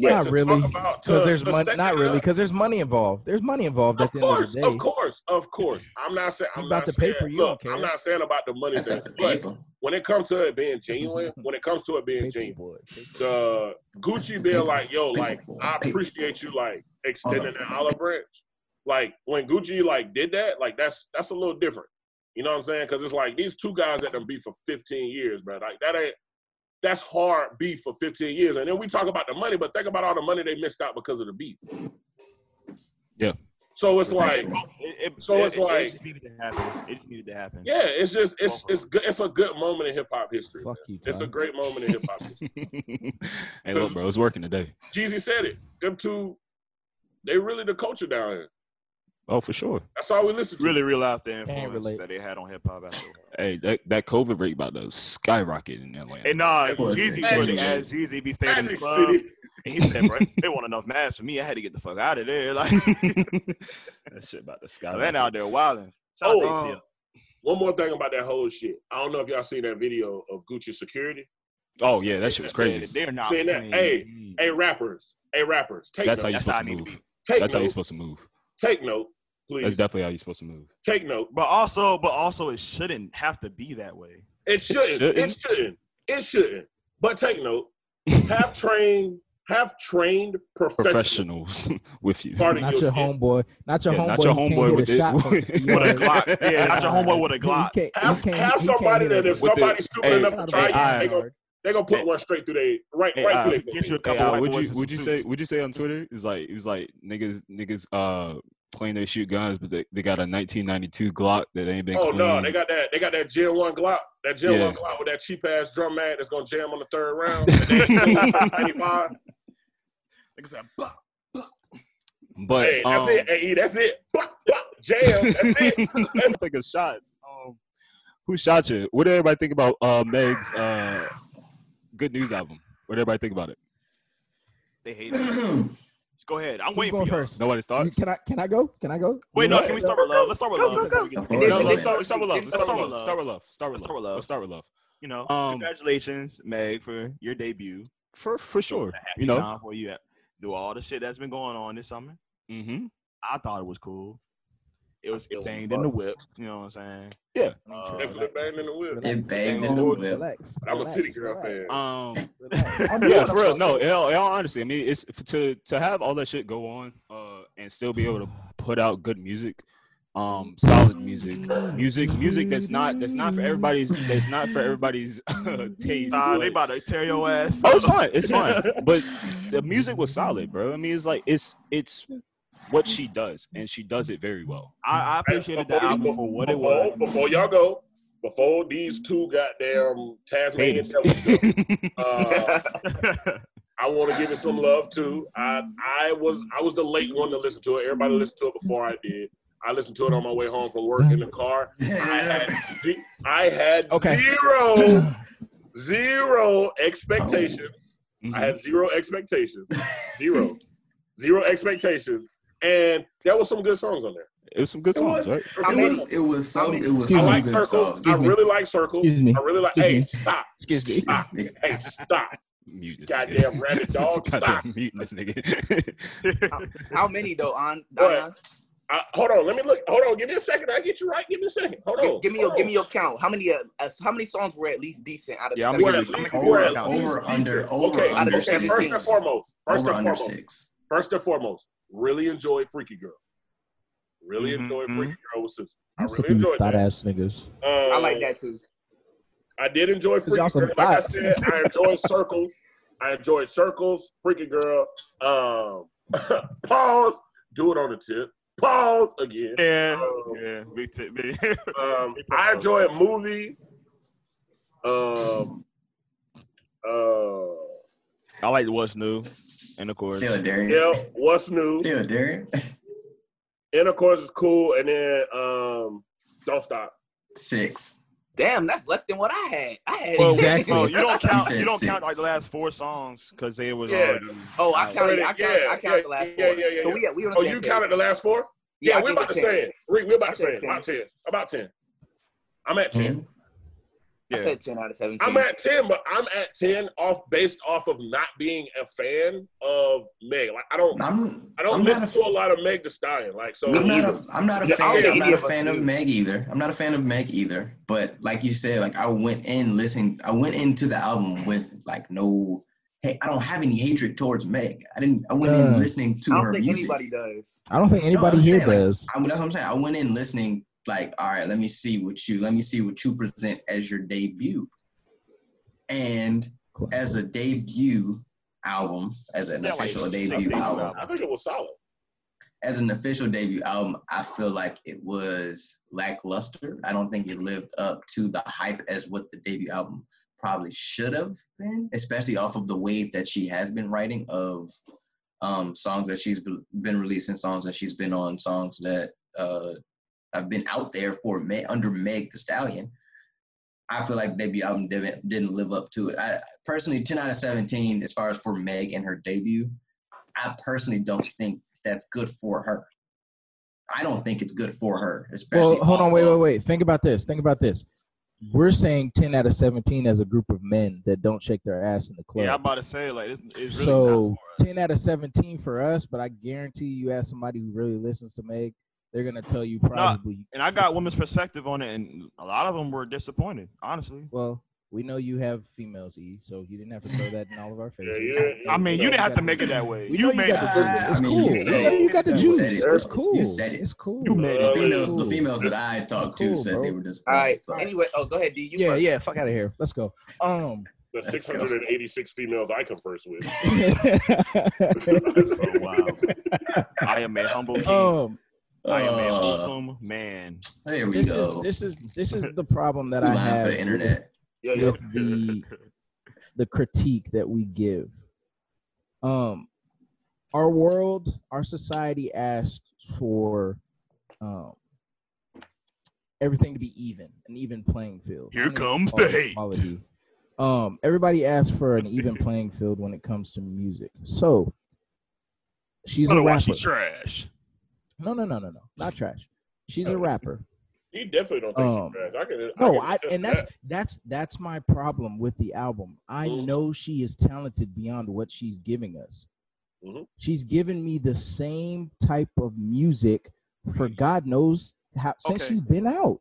E: Yeah.
D: Like,
G: Not
D: to
G: really.
D: talk about- to-
G: Because there's
D: to
G: money.
D: set
G: Not
D: it
G: really.
D: up.
G: Because there's money involved. There's money involved at
D: Of
G: the end of
D: course,
G: the
D: of
G: day.
D: course, of course. I'm not saying
G: You
D: I'm
G: about
D: not
G: the
D: saying.
G: paper, you
D: look,
G: don't
D: I'm
G: care.
D: not saying about the money
B: That's
D: thing,
B: like the
D: but
B: paper.
D: when it comes to it being genuine, when it comes to it being genuine,
G: Paperboard.
D: the Gucci being like, yo, like I appreciate you like extending that olive branch. Like when Gucci like did that, like that's that's a little different. You know what I'm saying? Cause it's like these two guys that done beef for 15 years, man. Like that ain't that's hard beef for 15 years. And then we talk about the money, but think about all the money they missed out because of the beef.
A: Yeah.
D: So it's like,
B: Actually.
F: It, it,
D: So
F: it-
D: it's
F: it-
D: like-
F: it just needed to happen. It just needed to happen.
D: yeah, it's just it's it's good it's a good moment in hip hop history.
G: Fuck you,
D: It's a
G: Tom.
D: great moment in hip hop history.
A: hey, look, bro, it's working today.
D: Jeezy said it. Them two, they really the culture down here.
A: Oh, for sure.
D: That's all we listen to.
F: Really realized the
G: Can't
F: influence
G: relate.
F: that they had on hip hop. after a while.
A: Hey, that, that COVID rate about to skyrocket in Atlanta.
F: And nah,
B: Of course.
F: Jeezy
D: Magic
F: would
D: City.
F: as Jeezy be staying in the
D: Magic
F: club.
D: City.
F: He said, bro, they want enough masks for me. I had to get the fuck out of there. Like,
A: that shit about to
F: I
A: skyrocket.
F: been out there wilding. Shout
D: Oh,
F: out to
D: um,
F: ATL.
D: One more thing about that whole shit. I don't know if y'all seen that video of Gucci security.
A: Oh yeah, that shit was crazy.
F: They're not
D: Saying that,
F: playing.
D: hey, Hey rappers, hey rappers, take
A: That's how
D: note.
A: you
F: That's how I
A: supposed to
F: need to
A: move.
F: be.
D: take
A: That's how
D: note.
A: you supposed to move.
D: take note,
A: That's
D: please.
A: definitely how you supposed to move.
D: take note.
F: But also, but also, it shouldn't have to be that way.
D: It shouldn't. It
A: Shouldn't.
D: shouldn't. It shouldn't. But take note. Have trained, have trained professional.
A: Professionals with you.
D: Part of
G: Not
D: your
G: your
D: shit.
G: homeboy. Not your
A: Yeah,
G: homeboy.
A: not your
G: who can't
A: homeboy
G: hit a
A: with it-
G: shot from
A: with
G: 50
A: a
F: With a
G: yards.
F: Glock, yeah, not your homeboy with a
G: He
F: Glock.
G: can't- he
D: Have,
G: can't-
D: have
G: he can't
D: somebody
G: hit a
D: that if
A: With the-
D: somebody stupid
A: hey,
D: enough to try
A: hey,
D: you, they gonna they gonna put one straight through they right
A: Hey,
D: right
A: I-
D: through
F: Get
D: they.
F: you a
A: Hey,
F: couple
A: Al,
F: white
A: would
F: boys.
A: you
F: and
A: would you
F: some
A: say
F: suits.
A: would you say on Twitter it's like it was like niggas niggas uh claim they shoot guns but they, they got a 1992 Glock that ain't been
D: Oh no,
A: cleaned.
D: they got that they got that Gen One Glock, that Gen
A: Yeah.
D: One Glock with that cheap ass drum mag that's gonna jam on the third round. And they- 95.
F: Niggas said, "Bah."
A: But
D: Hey, that's
A: um,
D: it. Hey, E, that's it. Blah, blah, jam. That's it.
A: Speaking of shots, um, who shot you? What did everybody think about uh, Meg's uh, good news album? What did everybody think about it?
F: they hate it.
B: Wait,
F: Go ahead. I'm
G: Who's
F: waiting
G: going
F: for you.
G: first?
A: Nobody's
G: You-
A: thoughts.
G: Can I? Can I go? Can I go?
F: Wait, no.
D: What?
F: Can we start with love? Let's start with
E: Go,
F: love.
E: go,
F: before
E: go.
F: we get to-
B: Go, go,
A: No, no,
B: go.
A: let's start, let's start with love. Let's
F: Let's
A: start with love.
F: start
A: Start with love. Start with
F: Let's start with
A: love.
F: love.
A: Let's start with love.
F: You know,
A: Um,
F: congratulations, Meg, for your debut.
A: For for sure.
F: Happy
A: You know.
F: time for you. Do all the shit that's been going on this summer.
A: Mm-hmm.
F: I thought it was cool. It was
E: still
F: it banged
E: fuck.
F: in the whip. You know what I'm saying?
A: Yeah.
F: Uh,
D: They flip bang in the whip.
G: Relax,
B: It banged in the
G: relax,
B: whip.
G: relax,
D: I'm a
G: relax,
D: City Girl
G: relax,
D: fan.
A: Um.
G: relax. I'm
A: yeah,
G: doing
A: for
G: a
A: real.
G: fucking-
A: No, in all, in all honesty, I mean, it's f- to to have all that shit go on uh, and still be able to put out good music, um, solid music, music, music that's not that's not for everybody's that's not for everybody's taste.
F: Nah,
A: but-
F: they about to tear your ass.
A: Oh, it's fine. It's fine. But the music was solid, bro. I mean, it's like it's it's what she does, and she does it very well.
F: I, I appreciated the
D: Before-
F: album for what it
D: before-
F: was.
D: Before y'all go, before these two goddamn Tasmanian
A: Haters.
D: devils go, uh, I want to give it some love too. I I was I was the late one to listen to it. Everybody listened to it before I did. I listened to it on my way home from work in the car. I had ze- I had
H: Okay.
D: zero zero expectations. I had zero expectations. Zero. zero expectations. And there was some good songs on there.
A: It was some good
B: It
A: songs,
B: was-
A: right?
B: It was it was so it was
G: Excuse
D: I
B: so
D: like
B: good
D: circles.
B: songs.
D: I really like circles.
G: Excuse me.
D: I really like.
G: Excuse
D: hey,
G: me.
D: stop!
G: Excuse
B: Ah,
G: me.
D: Stop! hey, stop!
A: Mute this nigga.
D: Goddamn rabbit dog! Stop!
A: Goddamn muting this nigga.
E: How many though? On
D: What? I, Uh, hold on, let me look. Hold on, give me a second. I get you right. Give me a second. Hold on.
E: give, give me your
D: Hold
E: give me
D: on.
E: your count. How many uh, uh, how many songs were at least decent out of
F: Yeah,
E: the
F: I'm
D: We're
E: seven?
D: at
F: gonna
D: least-
F: give you
D: we're at
F: a
B: Over
F: count.
D: least
B: over
D: decent.
B: under over
D: Okay,
E: under
B: under
D: okay.
B: six.
E: seven.
D: First and foremost, first
B: Over
D: and
B: under
D: foremost,
B: six.
D: first and foremost, really enjoyed Freaky Girl. Really
F: Mhm,
D: enjoyed
F: mhm.
D: Freaky Girl with Sister. I
G: I'm sick
D: really
G: of you
D: enjoyed
G: thought
D: that.
G: ass niggas.
D: Um,
E: I like that too.
D: I did enjoy Freaky
G: y'all some
D: Girl. Like I
G: bots.
D: said, I enjoyed Circles. I enjoyed Circles, Freaky Girl. Um, pause. Do it on the tip. Pause again.
F: yeah,
D: Um,
F: yeah, big tip, big.
D: Um, I enjoyed Movie. Um, uh,
F: I like what's new, and of course,
B: Still Darian.
D: yeah, What's New?
B: Still Darian.
D: Intercourse is cool. And then um, Don't Stop.
B: Six.
E: Damn, that's less than what I had. I had
F: Well,
G: Exactly.
F: well, Oh, you don't count.
B: said
F: You don't count
B: six.
F: like the last four songs because they was
D: Yeah.
F: already.
E: Oh, I counted. I counted.
D: Yeah,
E: I counted the
D: yeah,
E: last
D: yeah,
E: four.
D: yeah, yeah,
E: So
D: yeah.
E: we, we on the
D: Oh,
E: same
D: you
E: page.
D: counted the last four? Yeah,
E: I
D: we're
E: think
D: about to
E: it's
D: say it. Rick, we're about to
E: I
D: say it.
E: said
D: About 10. About 10. I'm at 10.
B: Mhm.
E: I said ten out of 17
D: I'm at 10, but I'm at 10 off based off of not being a fan of Meg. Like I don't
B: I'm
D: I don't
B: I'm
D: listen
B: not
D: to a lot of Meg Thee Stallion. Like so
B: I'm not, a, I'm not a
D: Yeah, I
B: fan.
D: don't
B: I'm not a
D: think
E: either of us
B: fan of
E: do.
B: Meg either. I'm not a fan of Meg either. But like you said, like I went in listening. I went into the album with like no. Hey, I don't have any hatred towards Meg. I didn't. I went
D: Uh,
G: Yeah.
B: in listening to
E: I
B: her
E: don't think
B: music.
E: anybody does.
G: I don't think anybody
B: I'm
G: here
B: saying, like,
G: does.
B: I mean, that's what I'm saying. I went in listening like, all right, let me see what you let me see what you present as your debut, and as a debut album, as an
F: Yeah, like
B: official
F: six-
B: debut
F: six debut
B: album,
F: albums.
D: I think it was solid.
B: as an official debut album, I feel like it was lackluster. I don't think it lived up to the hype as what the debut album probably should have been, especially off of the wave that she has been writing of um, songs that she's be- been releasing, songs that she's been on, songs that uh, have been out there for Meg, under Meg the Stallion. I feel like debut album didn't, didn't live up to it. I personally, ten out of seventeen as far as for Meg and her debut. I personally don't think that's good for her. I don't think it's good for her, especially.
G: Well, hold on, wait,
B: also-
G: wait, wait. Think about this. Think about this. We're saying 10 out of 17 as a group of men that don't shake their ass in the club.
F: Yeah, I'm about to say like it's, it's really
G: so
F: not for us.
G: 10 out of 17 for us, but I guarantee you ask somebody who really listens to Meg, they're going to tell you probably.
F: and I got women's perspective on it, and a lot of them were disappointed. Honestly,
G: Well, we know you have females, E, so you didn't have to throw that in all of our
D: Yeah,
G: faces.
D: you didn't-
F: I mean, you didn't have to make it that way.
G: We
F: You
G: know you
F: made
G: got the
B: it.
G: juice. It's
B: I mean,
G: cool.
B: you
G: We
B: said
G: know
B: it.
G: you got the
B: You
G: juice.
B: said it.
G: It's cool.
B: You said it.
G: It's cool.
F: You made
D: Uh,
B: The
F: it.
B: females,
G: Cool.
B: the females that I talked
G: That's
B: to
G: cool,
B: said
G: bro.
B: they were just.
E: All right.
B: sorry.
E: Anyway, oh, go ahead, D. You
H: Yeah,
E: first.
H: yeah. Fuck out of here. Let's go. Um.
D: The
B: Let's go.
D: 686 females I converse with.
F: So wild. I am a humble king.
G: um.
F: I am a
B: Uh,
F: wholesome man.
B: There we
G: This
B: go.
G: is this is this is the problem that
B: Line
G: I have
B: for the internet.
E: Yo, yo.
G: with the the critique that we give. Um, our world, our society asks for um, everything to be even, an even playing field.
F: Here
G: I don't even
F: comes
G: call
F: the
G: it
F: hate.
G: equality. Um, everybody asks for an even playing field when it comes to music. So she's a
F: Otherwise,
G: rapper.
F: she's trash.
G: No, no, no, no, no, not trash. She's a rapper.
D: He definitely don't think
G: Um,
D: she's trash. I can,
G: No,
D: can
G: I
D: attest
G: and
D: to
G: that's that's that's my problem with the album. I
F: Mm-hmm.
D: Mhm.
G: know she is talented beyond what she's giving us.
F: Mm-hmm.
D: Mhm.
G: She's given me the same type of music for God knows how since
F: Okay.
G: she's been out.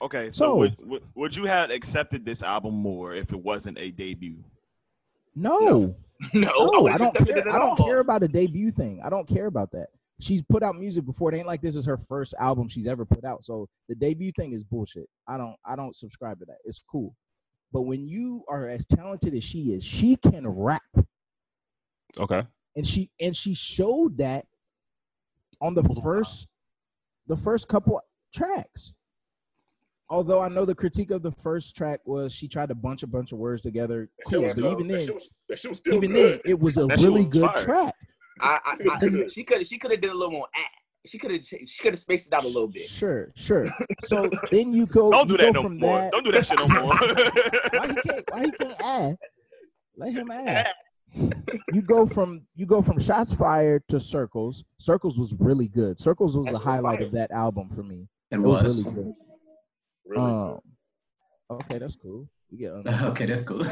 F: Okay, so,
G: So-
F: would, would would you have accepted this album more if it wasn't a debut?
G: No,
E: No.
G: no,
E: No,
G: I,
E: wouldn't
G: don't
E: accept it
G: care.
E: at
G: I don't
E: all.
G: care about a debut thing. I don't care about that. She's put out music before. It ain't like this is her first album she's ever put out. So the debut thing is bullshit. I don't I don't subscribe to that. It's cool. But when you are as talented as she is, she can rap.
A: Okay.
G: and she and she showed that on the first the first couple tracks although i know the critique of the first track was she tried to bunch a bunch of words together
D: That
G: cool
D: shit was
G: but
D: dope.
G: even
D: That
G: then
D: shit was- that shit was still
G: even
D: good.
G: then it was a
D: That shit
G: really
D: was
G: good
D: fire.
G: track
E: I, I, I,
D: Good.
E: she could she could have did a little more. act. She could have she could have spaced it out a little bit.
G: sure sure so then you go
F: Don't do
G: you
F: that no
G: go from
F: more.
G: that
F: Don't do that shit no
G: why
F: more.
G: he can't why he can't add let him add you go from you go from shots fired to circles circles was really good circles was
E: That
G: the
E: shit was
G: highlight
E: fire.
G: of that album for me
B: It
G: it was
B: was.
G: really good
D: Really
G: Um,
D: good.
G: okay, that's cool. We get um,
B: Okay, that's cool.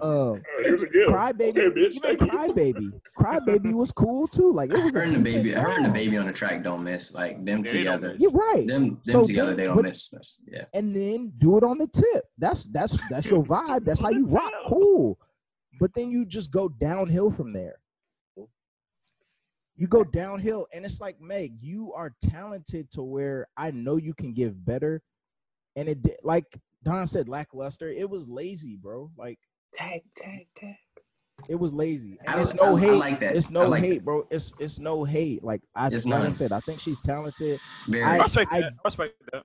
G: uh,
D: All right, here's a gift.
G: Crybaby.
D: Okay, bitch,
G: even
D: thank you.
G: Crybaby, Crybaby was cool too. Like it was
B: her
G: a
B: and the
G: decent
B: baby, her and the
G: song.
B: baby on the track don't miss. Like them
F: They don't
B: together,
F: miss.
G: You're right.
B: them them
G: So
B: together,
G: then-
B: they don't
G: but-
B: miss. That's- Yeah,
G: And then do it on the tip. That's that's that's your vibe. That's how you rock. Cool. But then you just go downhill from there. You go downhill, and it's like Meg, you are talented to where I know you can give better, and it di- like Don said, lackluster. It was lazy, bro. Like
E: Tag tag tag.
G: It was lazy.
B: I
G: And it's
B: li-
G: no
B: I- I
G: hate.
B: like that.
G: It's
B: I
G: no
B: like
G: hate, bro. It's it's no hate. Like I
B: It's
G: like I
B: none.
G: said, I think she's talented.
B: very.
G: I-
F: respect that. Respect that.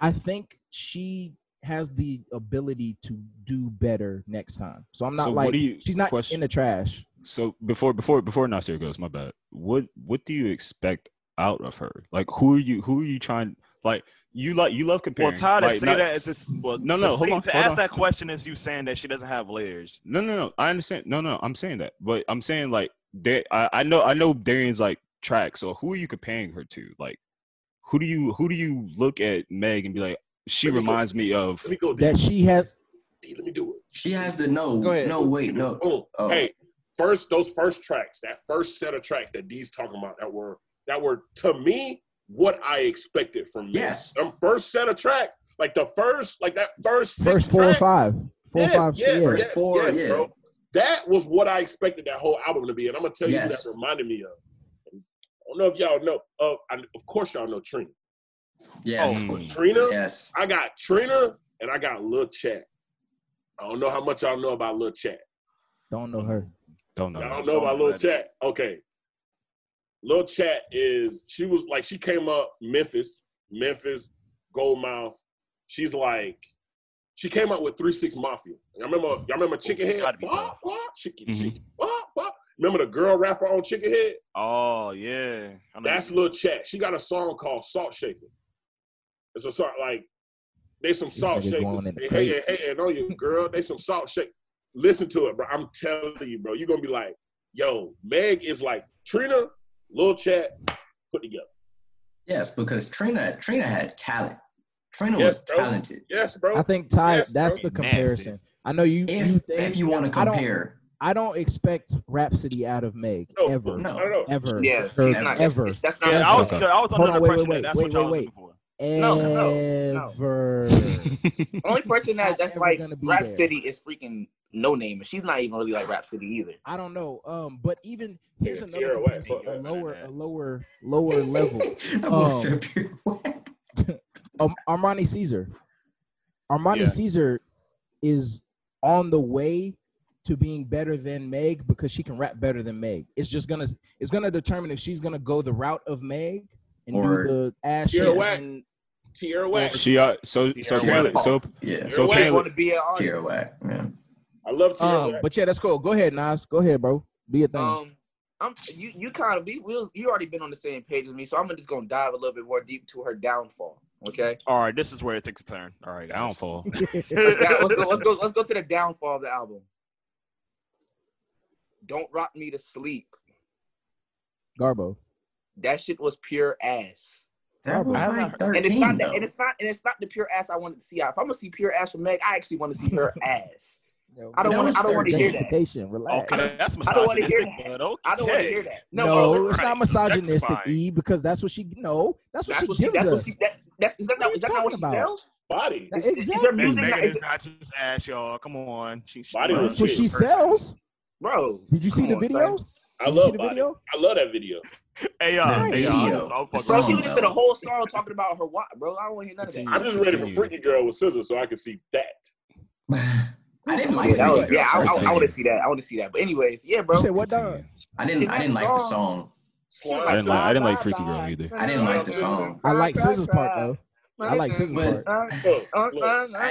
G: I think she has the ability to do better next time. So I'm not
A: So what
G: like
A: do you-
G: she's not
A: question-
G: in the trash.
A: So before before before Nasir goes, my bad. What what do you expect out of her? Like who are you who are you trying like you like you love comparing.
F: Well, Todd,
A: like,
F: to say
A: not-
F: that is just well,
A: No,
F: to
A: no, hold
F: say-
A: on,
F: To
A: hold
F: ask
A: on.
F: that question is you saying that she doesn't have layers.
A: No, no, no. I understand. No, no. I'm saying that, but I'm saying like that. I, I know, I know. Darian's like track. So who are you comparing her to? Like, who do you who do you look at Meg and be like? She
D: Let me go-
A: reminds me of.
D: Let me go, D.
G: That she has
D: D, Let me do it.
B: she has to know.
H: Go ahead.
B: No, wait, no.
D: Boom.
B: Oh.
D: Hey, first those first tracks, that first set of tracks that D's talking about that were that were to me what I expected from Meg.
B: Yes.
D: Them first set of tracks, like the first, like that first six
G: first four or
D: tracks,
G: five. Four or
D: Yes,
G: five.
D: yes,
G: yeah.
B: First
D: yes,
B: four,
D: yes,
B: yeah.
D: bro. That was what I expected that whole album to be, and I'm gonna tell you
B: Yes.
D: who that reminded me of. I don't know if y'all know. Uh, I, of course y'all know Trina.
B: Yes,
A: Oh,
D: Trina.
B: yes.
D: I got Trina and I got Lil Chat. I don't know how much y'all know about Lil Chat.
G: Don't know her.
A: Don't know.
D: I don't know about Lil Chat. Okay. Lil Chat is she was like she came up Memphis, Memphis, Goldmouth. She's like she came out with Three Six Mafia. Y'all remember? Y'all remember Chickenhead?
F: Gotta be
D: Wah,
F: tough.
D: wah, chicken,
A: Mhm.
D: chicken, wah, wah. Remember the girl rapper on Chickenhead?
F: Oh yeah, I know
D: That's Lil Chat. She got a song called Salt Shaker. It's a song like They some salt
G: niggas
D: shakers.
G: going in the
D: They hey,
G: crate.
D: hey, hey, on you, girl. They some salt shake. Listen to it, bro. I'm telling you, bro. You're gonna be like, yo, Meg is like Trina, Lil Chat, put together.
B: Yes, because Trina Trina had talent. Trina
D: Yes,
B: was
D: bro.
B: talented.
D: Yes, bro.
G: I think Ty,
D: Yes,
G: that's
D: bro.
G: the comparison. I know you.
B: If
G: you
B: you
G: think-
B: if you want to
G: I don't-
B: compare,
G: I don't expect Rhapsody out of Meg
D: no,
G: ever,
D: no,
B: No.
D: I don't know.
G: ever,
E: Yeah,
G: ever,
E: that's not, that's,
G: ever,
E: that's not
F: Yeah, I was,
A: Okay.
F: I was
G: Hold
F: under
G: on,
F: the
G: wait,
F: impression
G: wait,
F: that that's
G: wait,
F: what y'all
G: wait,
F: was looking for.
E: No, no, no.
G: ever.
E: only person that
G: Not
E: that's
G: ever
E: like
G: gonna be
E: Rap
G: there.
E: City is freaking no name, and she's not even really like Rap City either.
G: I don't know. Um, but even here's
D: Yeah,
G: another
D: Tierra Whack,
G: comparison,
D: fuck that,
G: a
D: man,
G: lower,
D: that.
G: a lower, lower level.
B: that boy
G: Um,
B: said pure whack.
G: Um, Armani Caesar. Armani
F: Yeah.
G: Caesar is on the way to being better than Meg because she can rap better than Meg. It's just gonna it's gonna determine if she's gonna go the route of Meg and
B: Or-
G: do the ass
D: Tierra
G: shit
D: Whack.
G: and
D: Tierra Whack.
A: She uh, so so
D: Yeah.
A: apparently so
B: Yeah,
D: You're
A: so
D: whack.
E: I want
A: apparently
E: to be an
B: pure
E: artist.
B: whack. Oh, Yeah.
D: I love Tierra
G: um
D: Whack.
G: but yeah that's cool. Go ahead, Nas. Go ahead, bro. Do your thing.
E: Um, I'm you. You kind of we will. You already been on the same page as me, so I'm just gonna dive a little bit more deep to her downfall. Okay.
F: All right, this is where it takes a turn. All right, guys.
A: downfall.
E: Now, let's, go, let's go. Let's go to the downfall of the album. Don't rock me to sleep.
G: Garbo.
E: That shit was pure ass.
B: That was
G: I
F: haven't
B: like
F: heard-
E: And it's
B: thirteen
E: not that.
B: though.
E: And it's not. And it's not the pure ass I wanted to see. If I'm gonna see pure ass from Meg, I actually want to see her ass. I don't
B: That
E: want.
B: was
E: I don't want to hear that.
G: Gentrification, relax.
F: Okay, that's
E: I don't wanna hear
F: misogynistic,
E: that.
F: but okay.
E: I don't want to hear that.
G: No,
E: bro, listen.
G: it's
F: right.
G: not misogynistic,
F: Objectifying.
G: E, because that's what she no, that's what
E: That's
G: she
E: what she.
G: gives
E: That's
G: us.
E: what she. That, that's is that
G: What are
E: not,
G: you
E: is that not what
G: talking
E: she
G: about?
E: sells?
D: Body.
E: Is, is, is
G: exactly.
E: her
F: Meg,
E: music not?
F: Megan
E: Is,
F: is not just ass, y'all. Come on, she, she
D: Body
F: was
G: That's
D: was
F: a
G: what
D: shit.
G: she
F: person.
G: sells.
E: bro,
G: Did you see
E: come
G: the
E: on,
G: video?
E: son.
D: I
G: Did you see
D: love
G: the
D: body.
G: video?
D: I love that video.
F: Hey y'all,
G: Right.
F: hey y'all.
B: Video.
F: I'm, I'm fucking.
B: The
E: Bro, she
B: song,
E: was just in a
B: though.
E: whole song talking about her wife, bro. I don't want to hear none of that.
F: Continue.
D: I'm just ready for
F: Continue.
D: Freaky Girl with scissors so I can see that.
B: I didn't like
E: Yeah, that
B: Freaky
E: was,
B: Girl
E: yeah, I,
B: first
E: I,
B: time.
E: want to see that. I want to see that. But anyways, yeah,
G: You
E: bro.
G: said what done?
B: I didn't.
E: In
B: I
E: that
B: didn't like the
E: song-
B: song.
E: She was
A: I didn't like I didn't like
E: bye,
A: Freaky Girl
E: bye,
A: either.
E: bye.
B: I didn't like the song.
G: I like
E: Cry,
G: Scissor's
E: cry,
G: part though. I like Scissor's
B: But-
G: part.
D: Look,
E: Uh,
D: look.
E: uh,
B: I- I
E: uh,
B: didn't-
E: uh,
B: I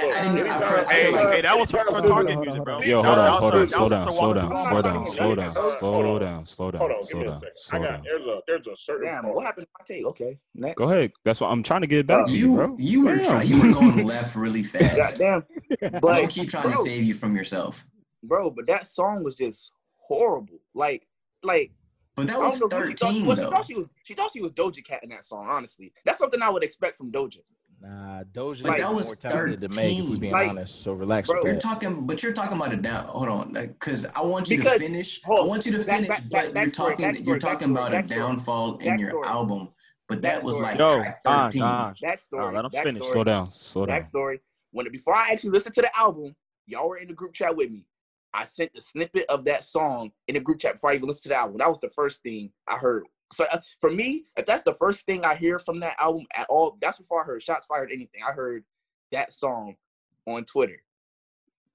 E: uh,
B: heard- I
F: Hey,
B: heard-
E: uh,
F: hey, that was her
D: Hold on,
F: target
G: hold on,
F: music,
G: hold
F: bro.
G: on.
A: Yo, hold
D: Nah,
A: on, hold on,
D: it's-
A: slow
F: That was
A: down,
F: the
A: slow
F: walk-
E: I'm
A: down, slow
E: not
A: down,
E: talking
A: slow
E: about
A: down,
E: that. Hold
A: slow down, slow
D: Hold
A: down,
D: on, give
A: slow
D: me a
A: down,
D: second. I
A: slow
D: got
A: down.
D: there's a there's a certain
E: Damn,
D: part.
E: what happened to my take? Okay, next.
A: Go ahead. That's what I'm trying to get it back to you,
B: You
A: bro.
B: you were
A: Damn.
B: try, you were going left really
E: God
B: fast.
E: damn.
B: Low
E: But
B: key trying to
E: bro.
B: save you from yourself.
E: bro, but that song was just horrible. Like, like
B: But that
E: I
B: was
E: don't know who she thought she
B: thirteen
E: was. She
B: though.
E: thought she was. She thought she was Doja Cat in that song. Honestly, that's something I would expect from Doja.
H: Nah, Doja
E: Like,
H: like,
E: that
H: more
B: was
H: talented than Meg, if we're
B: 13.
H: being
E: Like,
H: honest. So relax
E: bro,
H: with
B: You're
H: that.
B: talking, but you're talking about it now. Hold on, because I want you
E: Because-
B: to finish. I
E: hold on.
B: want you to
E: Back-
B: finish,
E: back- back-
B: but you're
E: backstory,
B: talking.
E: backstory,
B: you're talking
E: backstory,
B: about
E: backstory,
B: a downfall in your
E: backstory.
B: album, but that was
E: Backstory.
B: like
A: Yo,
B: track
A: Don,
B: thirteen.
A: Don.
E: That story.
A: Don, let him
E: that
A: finish. Slow
E: story.
A: down, slow down.
E: That story. When before I actually listened to the album, y'all were in the group chat with me. I sent the snippet of that song in the group chat before I even listened to the album. That was the first thing I heard. So uh, for me, if that's the first thing I hear from that album at all, that's before I heard "Shots Fired" anything. I heard that song on Twitter.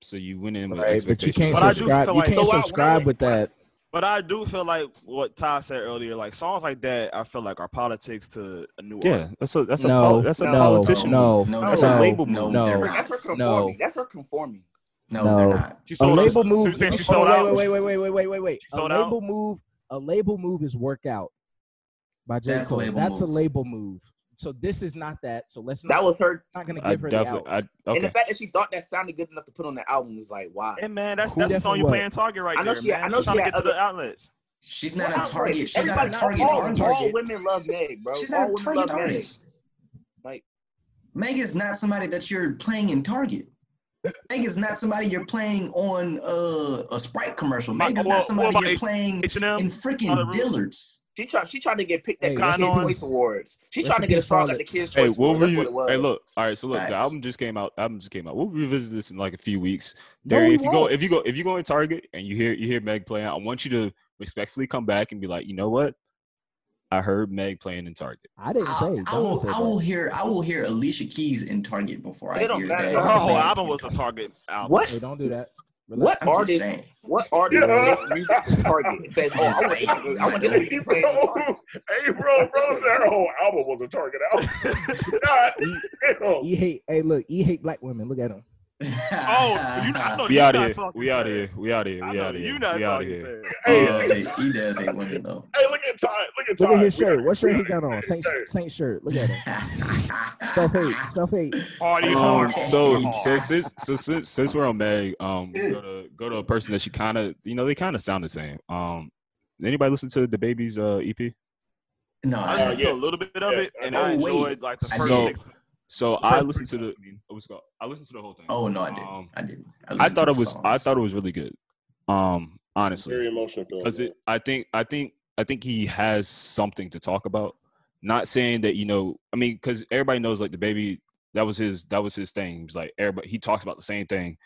A: So you went in with
G: Right, but you
A: expectations.
G: can't
F: But I do
G: subscribe.
F: feel
G: You
F: like-
G: can't
E: So I-
G: subscribe with that.
F: But I do feel like what Ty said earlier, like songs like that, I feel like are politics to a new
A: Yeah,
F: artist.
A: that's a that's a
G: No,
A: poli- that's a
E: no,
A: politician.
G: no,
A: move.
B: no,
A: that's
B: no,
A: a label
B: no,
A: move.
G: no.
B: they're
E: That's her
B: not.
E: conforming.
G: No.
E: That's her conforming.
B: No,
G: No.
B: they're not.
F: She
G: A
F: sold
G: label
F: out.
G: move.
F: You saying she
G: oh,
F: sold out?
G: Wait, wait, wait, wait, wait, wait, wait, wait.
F: She
G: A
F: sold
G: label move. A label move is work out by J.
B: That's a
G: Cole.
B: label
G: That's a
B: move.
G: label move. So this is not that. So let's
E: That
G: not.
E: was her.
G: Not gonna
A: I
G: give her the out.
A: definitely. I,
E: And the
A: okay.
E: fact that she thought that sounded good enough to put on the album was like, wow.
F: Hey man, that's
G: Who
F: that's the
G: definitely
F: song you
G: what?
F: playing Target right
E: I know
F: there,
E: she-
F: man.
E: I know
F: She's
E: she
F: trying to
E: had
F: get to
E: other-
F: the outlets.
B: She's not
E: Well,
B: a
E: I'm
B: target.
E: like,
B: She's not a
E: everybody-
B: target
E: all,
B: artist.
E: all women love Meg, bro.
B: She's
E: all
B: not a
E: women
B: target
E: love Meg.
B: artist.
E: Like,
B: Meg is not somebody that you're playing in Target. Meg is not somebody you're playing on uh, a Sprite commercial. Meg is
F: Well,
B: not somebody
F: well,
B: you're
F: like,
B: playing
F: H and
B: in
F: M.
B: freaking
F: Colorado Roots.
B: Dillard's.
E: she tried. She tried to get picked at
G: Hey,
F: let's
E: Kids
F: get-
E: Choice Awards. She's
G: let's
E: trying to get a
G: get
E: song at
G: Charlotte.
E: the Kids
A: Hey,
E: Choice
A: we'll
E: Awards. That's
A: re-
E: what it was.
A: Hey, look. All right, so look, the
B: Facts.
A: album just came out. Album just came out. We'll revisit this in like a few weeks.
G: No,
A: Derry,
G: we
A: if you go,
G: won't.
A: if you go, if you go in Target and you hear you hear Meg playing, I want you to respectfully come back and be like, you know what? I heard Meg playing in Target.
G: I didn't
B: I,
G: say.
B: I
G: Don
B: will.
G: said
B: I
G: that.
B: will hear. I will hear Alicia Keys in Target before I
E: It don't
B: hear
E: matter.
B: that.
F: Her whole
E: Meg.
F: album Oh, was a Target album.
E: What?
G: Hey, don't do that.
E: What
B: I'm just
E: artist?
B: saying.
E: What artist
D: Yeah.
E: makes music for Target? It says,
B: I'm
E: "Oh,
B: just
E: I want, this,
B: saying,
E: I want this to
D: Hey,
E: be
D: bro,
E: playing." at Target.
D: hey, bro, bro, said her whole album was a target album. God damn.
G: E hate. Hey, look. E hate black women. Look at him.
F: Oh, you, I know
A: We
F: you
A: out
F: not
A: here.
F: talking
A: We out
F: serious.
A: here. We out here.
F: I
A: We
F: know
A: out
F: you
A: here.
F: not
A: We out
F: talking
A: here.
F: serious.
D: Hey,
B: He
A: Uh,
B: does hate, he does hate women though.
D: hey, look at Ty. Look at Ty.
G: Look at his
D: We
G: shirt.
D: got-
G: What shirt
D: we
G: he got on? Saint
D: shirt.
G: Saint shirt. Look at him. Self hate.
B: Self-hate.
G: Self hate.
F: Party
A: Um,
F: hard.
A: so,
F: party
A: so
F: hard.
A: since so since since we're on Meg, um, go to go to a person that she kind of you know they kind of sound the same. Um, anybody listen to the baby's uh EP?
B: No,
F: I
D: Uh,
F: listened
B: I-
F: to a
D: yeah.
F: little bit of
D: Yeah.
F: it, and I
B: Oh, wait.
F: enjoyed like the
B: I
F: first
A: know.
F: six.
A: So I listened to the oh, what's it called? I listened to the whole thing.
B: oh no, I didn't.
A: Um,
B: I didn't.
A: I
B: listened
A: thought
B: to
A: it
B: the
A: was I
B: songs.
A: thought it was really good. Um, honestly,
D: Very emotional film.
A: because
D: man.
A: it i think i think i think he has something to talk about not saying that you know i mean because everybody knows like the baby that was his that was his thing he was like everybody he talks about the same thing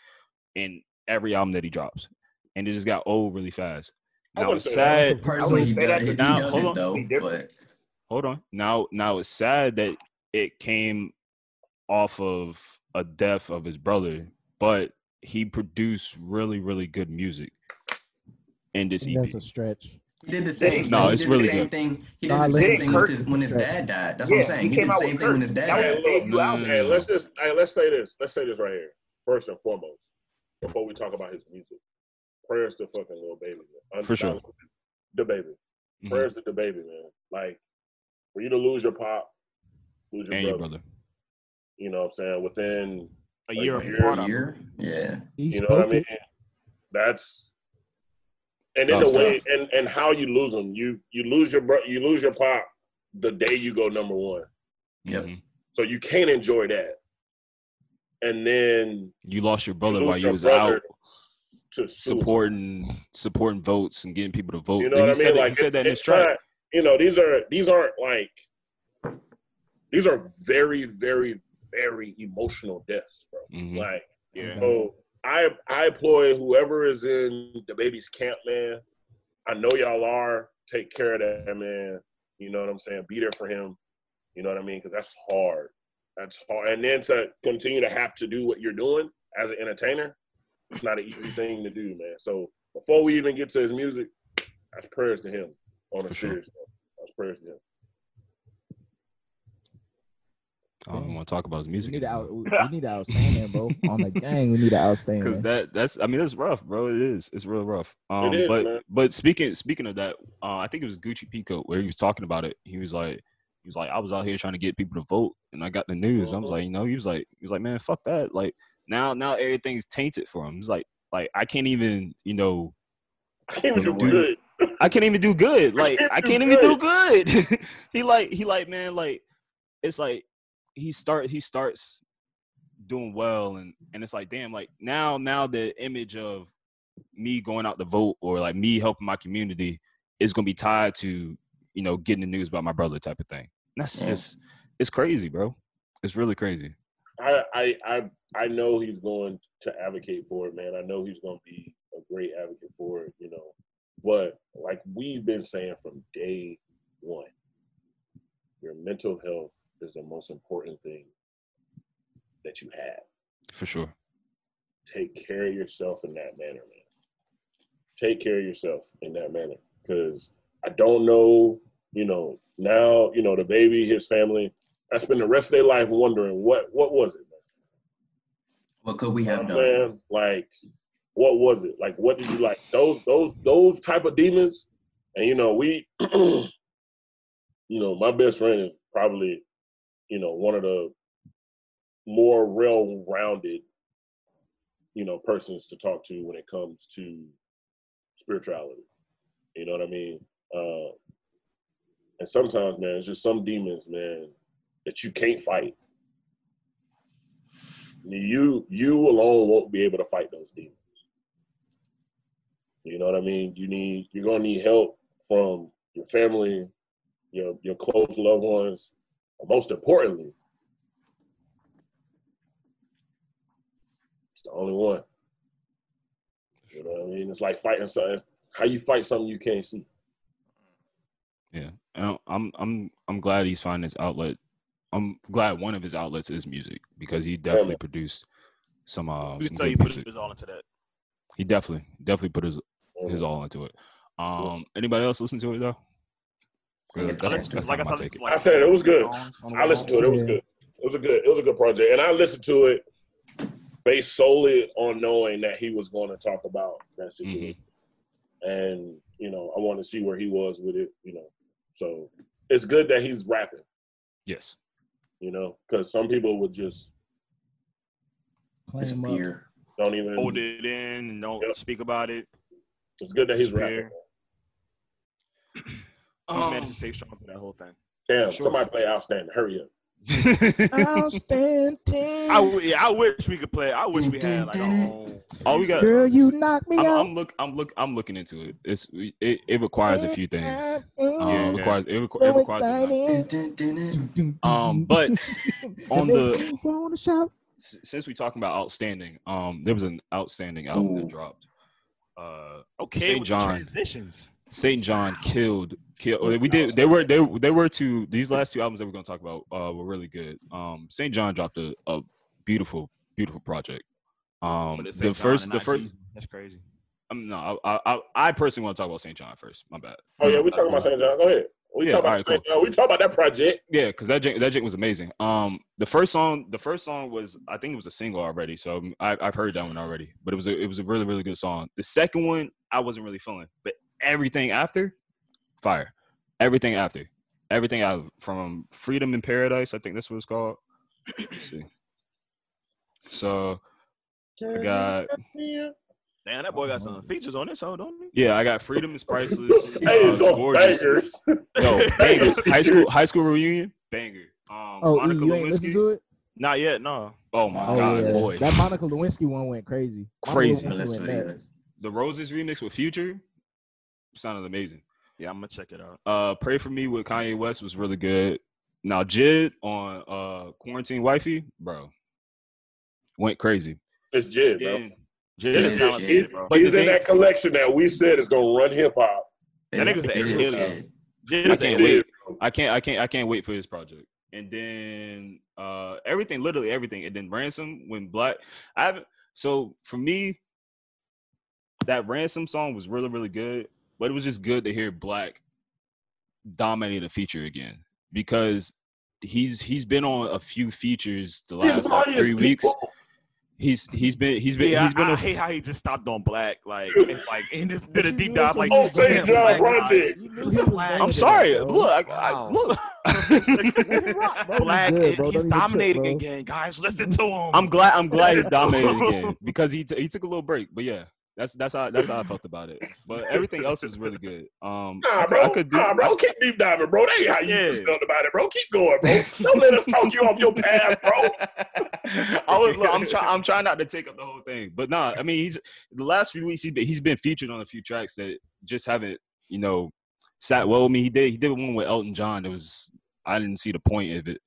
A: in every album that he drops and it just got old really fast
D: I
A: now
D: wouldn't
A: it's
D: say that.
A: sad
B: personally he
E: say
B: does,
E: that,
B: he
E: but
B: he
A: now-
B: does
A: hold
B: it
A: on.
B: though,
E: Be different.
B: but
A: hold on now now it's sad that it came off of a death of his brother but he produced really really good music in this E ep
G: That's a stretch.
B: he did the same.
E: Dang.
A: No,
B: he
A: it's
B: did
A: really
B: the same
A: good.
B: thing. He
G: Nah,
B: did the
G: listen,
B: same thing
E: Kurt-
B: with his, when his dad died. That's what I'm saying. He, did the same thing when his dad
E: That was
D: Hey,
E: his
B: died.
D: look.
E: debut album.
D: Hey, let's
A: Mm.
D: just hey, let's say this. Let's say this right here. First and foremost, before we talk about his music, prayers to fucking little baby. Man.
A: For sure.
D: the baby.
A: Mhm.
D: Prayers to the baby, man. Like for you to lose your pop, lose your,
A: and your
D: brother,
A: brother
D: You know what I'm saying? Within
F: A
D: Like,
F: year
D: a
F: apart. I
B: year. Yeah.
G: He
D: you know
G: spoke
D: what I mean.
G: it.
D: That's and then
A: Tough
D: the way and and how you lose them. You you lose your bro. You lose your pop the day you go number one.
B: Yep.
A: Mhm.
D: So you can't enjoy that. And then
A: you lost your brother
D: lose
A: while you
D: your
A: was
D: brother
A: out
D: to support.
A: supporting supporting votes and getting people to vote.
D: You know
A: And
D: what
A: he said
D: I mean?
A: that-
D: Like
A: he said
D: it's-
A: that in his
D: it's
A: track.
D: not- You know, these are these aren't like these are very, very, very emotional deaths, bro.
A: Mhm.
D: Like,
F: Yeah.
D: so I I employ whoever is in the baby's camp, man. I know y'all are. Take care of that man. You know what I'm saying? Be there for him. You know what I mean? Because that's hard. That's hard. And then to continue to have to do what you're doing as an entertainer, it's not an easy thing to do, man. So before we even get to his music, that's prayers to him on
A: For
D: a
A: sure.
D: serious note. That's prayers to him.
A: I don't even want to talk about his
G: We
A: music
G: need to out. We need to outstand him, bro. I'm like, dang, we need to outstand
A: because
G: him.
A: that that's I mean that's rough, bro. It is. It's real rough. Um,
D: is,
A: but
D: man.
A: but speaking speaking of that, uh, I think it was Gucci Pico where he was talking about it. He was like. He was like, I was out here trying to get people to vote, and I got the news. I was
D: Mhm.
A: like, you know, he was like, he was like, man, fuck that. Like now, now everything's tainted for him. He's like, like I can't even, you know,
D: I can't even do
A: Dude.
D: good.
A: I can't even do good. Like I can't even do good. he like he like man like it's like he start he starts doing well and and it's like damn like now now the image of me going out to vote or like me helping my community is going to be tied to you know getting the news about my brother type of thing. And that's
B: Yeah.
A: just it's crazy, bro. It's really crazy.
D: I, I I I know he's going to advocate for it, man. I know he's going to be a great advocate for it, you know. But like we've been saying from day one, your mental health is the most important thing that you have.
A: For sure.
D: Take care of yourself in that manner, man. Take care of yourself in that manner, because I don't know, you know. Now you know the baby, his family. I spend the rest of their life wondering what what was it, man.
B: What could we
D: You know
B: have
D: what I'm
B: done?
D: saying? Like, what was it? Like, what did you like? Those, those, those type of demons. And you know, we, you know, my best friend is probably, you know, one of the more well-rounded, you know, persons to talk to when it comes to spirituality. You know what I mean? Uh, and sometimes, man, it's just some demons, man, that you can't fight. You you alone won't be able to fight those demons. You know what I mean? You need you're gonna need help from your family, your your close loved ones, and most importantly, it's the only one. You know what I mean? It's like fighting something. How you fight something you can't see?
A: Yeah. And Oh, I'm I'm I'm glad he's finding his outlet. I'm glad one of his outlets is music because he definitely produced some uh
F: You
A: some
F: can tell
A: good
F: he put
A: music.
F: his all into that.
A: He definitely, definitely put his
D: You
A: his
D: know?
A: all into it. Um, anybody else listen to it though? 'Cause
B: Yeah,
A: that's-
F: I listened-
A: that's
F: like I said,
A: how I
F: I
A: take
F: listened
A: it.
F: to, like,
D: I said it was good.
F: songs on the
D: I
F: way
D: listened
F: home.
D: to it. It was
G: Yeah.
D: good. It was a good. It was a good project, and I listened to it based solely on knowing that he was going to talk about that situation.
A: Mhm.
D: and you know I want to see where he was with it. You know, So it's good that he's rapping,
A: Yes.
D: you know, because some people would just
G: Claim up.
B: disappear.
D: don't even.
F: Hold it in and don't
D: Yep.
F: speak about it.
D: It's good that he's
F: Spear.
D: rapping.
F: He's
D: Oh.
F: managed to
C: Um,
F: stay strong through that whole thing.
D: Damn,
F: Sure.
D: somebody play outstanding. Hurry up.
F: Oh,
G: Outstanding.
F: I,
D: Oh.
F: w- yeah, I wish we could play. I wish we had like our own.
A: All Oh, we got.
G: Girl, you knock me
A: I'm,
G: out.
A: I'm look. I'm look. I'm looking into it. It's it, it requires a few things. Um,
G: Yeah.
A: it requires it, requ- it requires. a lot. Um, but on the-
G: on the shop.
A: S- since we're talking about outstanding, um, there was an outstanding album that
B: Ooh.
A: dropped. Uh,
F: Okay,
A: Saint
F: with
A: John.
F: The transitions.
A: Saint John killed. Killed. We did. They were. They they were two. These last two albums that we're gonna talk about uh, were really good. Um, Saint John dropped a, a beautiful, beautiful project. Um,
F: But it's
A: the
F: Saint John
A: first,
F: and
A: the
F: not
A: first.
F: Jesus. That's crazy.
A: Um, no, I, I, I- I personally want to talk about Saint John first. My bad.
D: Oh yeah, we talking about St. John. Go ahead. We
A: Yeah,
D: talking about
A: alright, cool.
D: St. John. We talking about that project.
A: Yeah, because that jam- that jam was amazing. Um, the first song, the first song was I think it was a single already, so um, I, I've heard that one already. But it was a, it was a really really good song. The second one I wasn't really feeling, but everything after, fire. Everything after, everything out from Freedom in Paradise. I think that's what it's called. Let's see. So I got
F: Damn, that boy got some features on this hoe, don't he?
A: yeah, I got Freedom is priceless.
D: Hey, it's
A: uh,
D: on
A: gorgeous.
D: bangers.
A: No bangers. high school high school reunion banger. Um,
G: Oh, E,
A: Monica
G: you ain't
A: Lewinsky.
G: listen to it?
F: Not yet, no.
A: Oh my
G: Oh,
A: god,
G: yeah.
A: boy.
G: That Monica Lewinsky one went crazy. Monica
A: Crazy.
G: Lewinsky
B: Let's do
G: went
B: it.
G: nuts.
A: the Roses remix with Future sounded amazing.
F: Yeah, I'm gonna check it out.
A: Uh, Pray for Me with Kanye West was really good. Now Jid on uh Quarantine Wifey, bro, went crazy.
D: It's Jid, bro.
A: Then-
F: Jid
D: It
F: is
D: is
F: talented,
B: Jid.
F: bro.
A: But
D: he's
A: the
D: in
A: thing-
D: that collection that we said is gonna run hip hop.
B: It
F: nigga's
B: is-
F: a
B: it is
F: killer.
B: dead.
F: Jid
A: I
F: is
A: can't
F: a-
A: wait.
D: bro.
A: I can't, I can't, I can't wait for this project. And then uh everything, literally everything. And then Ransom when Black, I haven't. So for me, that Ransom song was really, really good. But it was just good to hear Black dominate a feature again because he's he's been on a few features the
D: His
A: last like,
D: bias,
A: three weeks.
D: people.
A: He's he's been he's been
F: Yeah,
A: he's been
F: I,
A: a
F: I hate how he just stopped on black, like, and, like, and just did a deep dive, like,
D: Oh, say
F: damn,
D: John
F: black
D: Bronte.
F: guys. Just black.
A: I'm sorry.
G: bro.
A: Look, I,
F: Wow.
A: I, look.
G: Bro,
F: black.
G: good, bro.
F: he's
G: Don't even trip,
F: dominating
G: bro.
F: again, guys. Listen to him.
A: I'm glad I'm glad he's dominating again because he t- he took a little break. But yeah, that's that's how that's how I felt about it. But everything else is really good. Um, I
D: Nah,
A: could-
D: bro.
A: I could do.
D: nah, bro. Keep deep diving, bro. That ain't how you
A: Yeah.
D: felt about it, bro. Keep going, bro. Don't let us talk you off your path, bro.
A: I was. look, I'm trying. I'm trying not to take up the whole thing, but nah. I mean, he's the last few weeks. He's been, he's been featured on a few tracks that just haven't, you know, sat well with me. He did. He did one with Elton John. That was. I didn't see the point of it.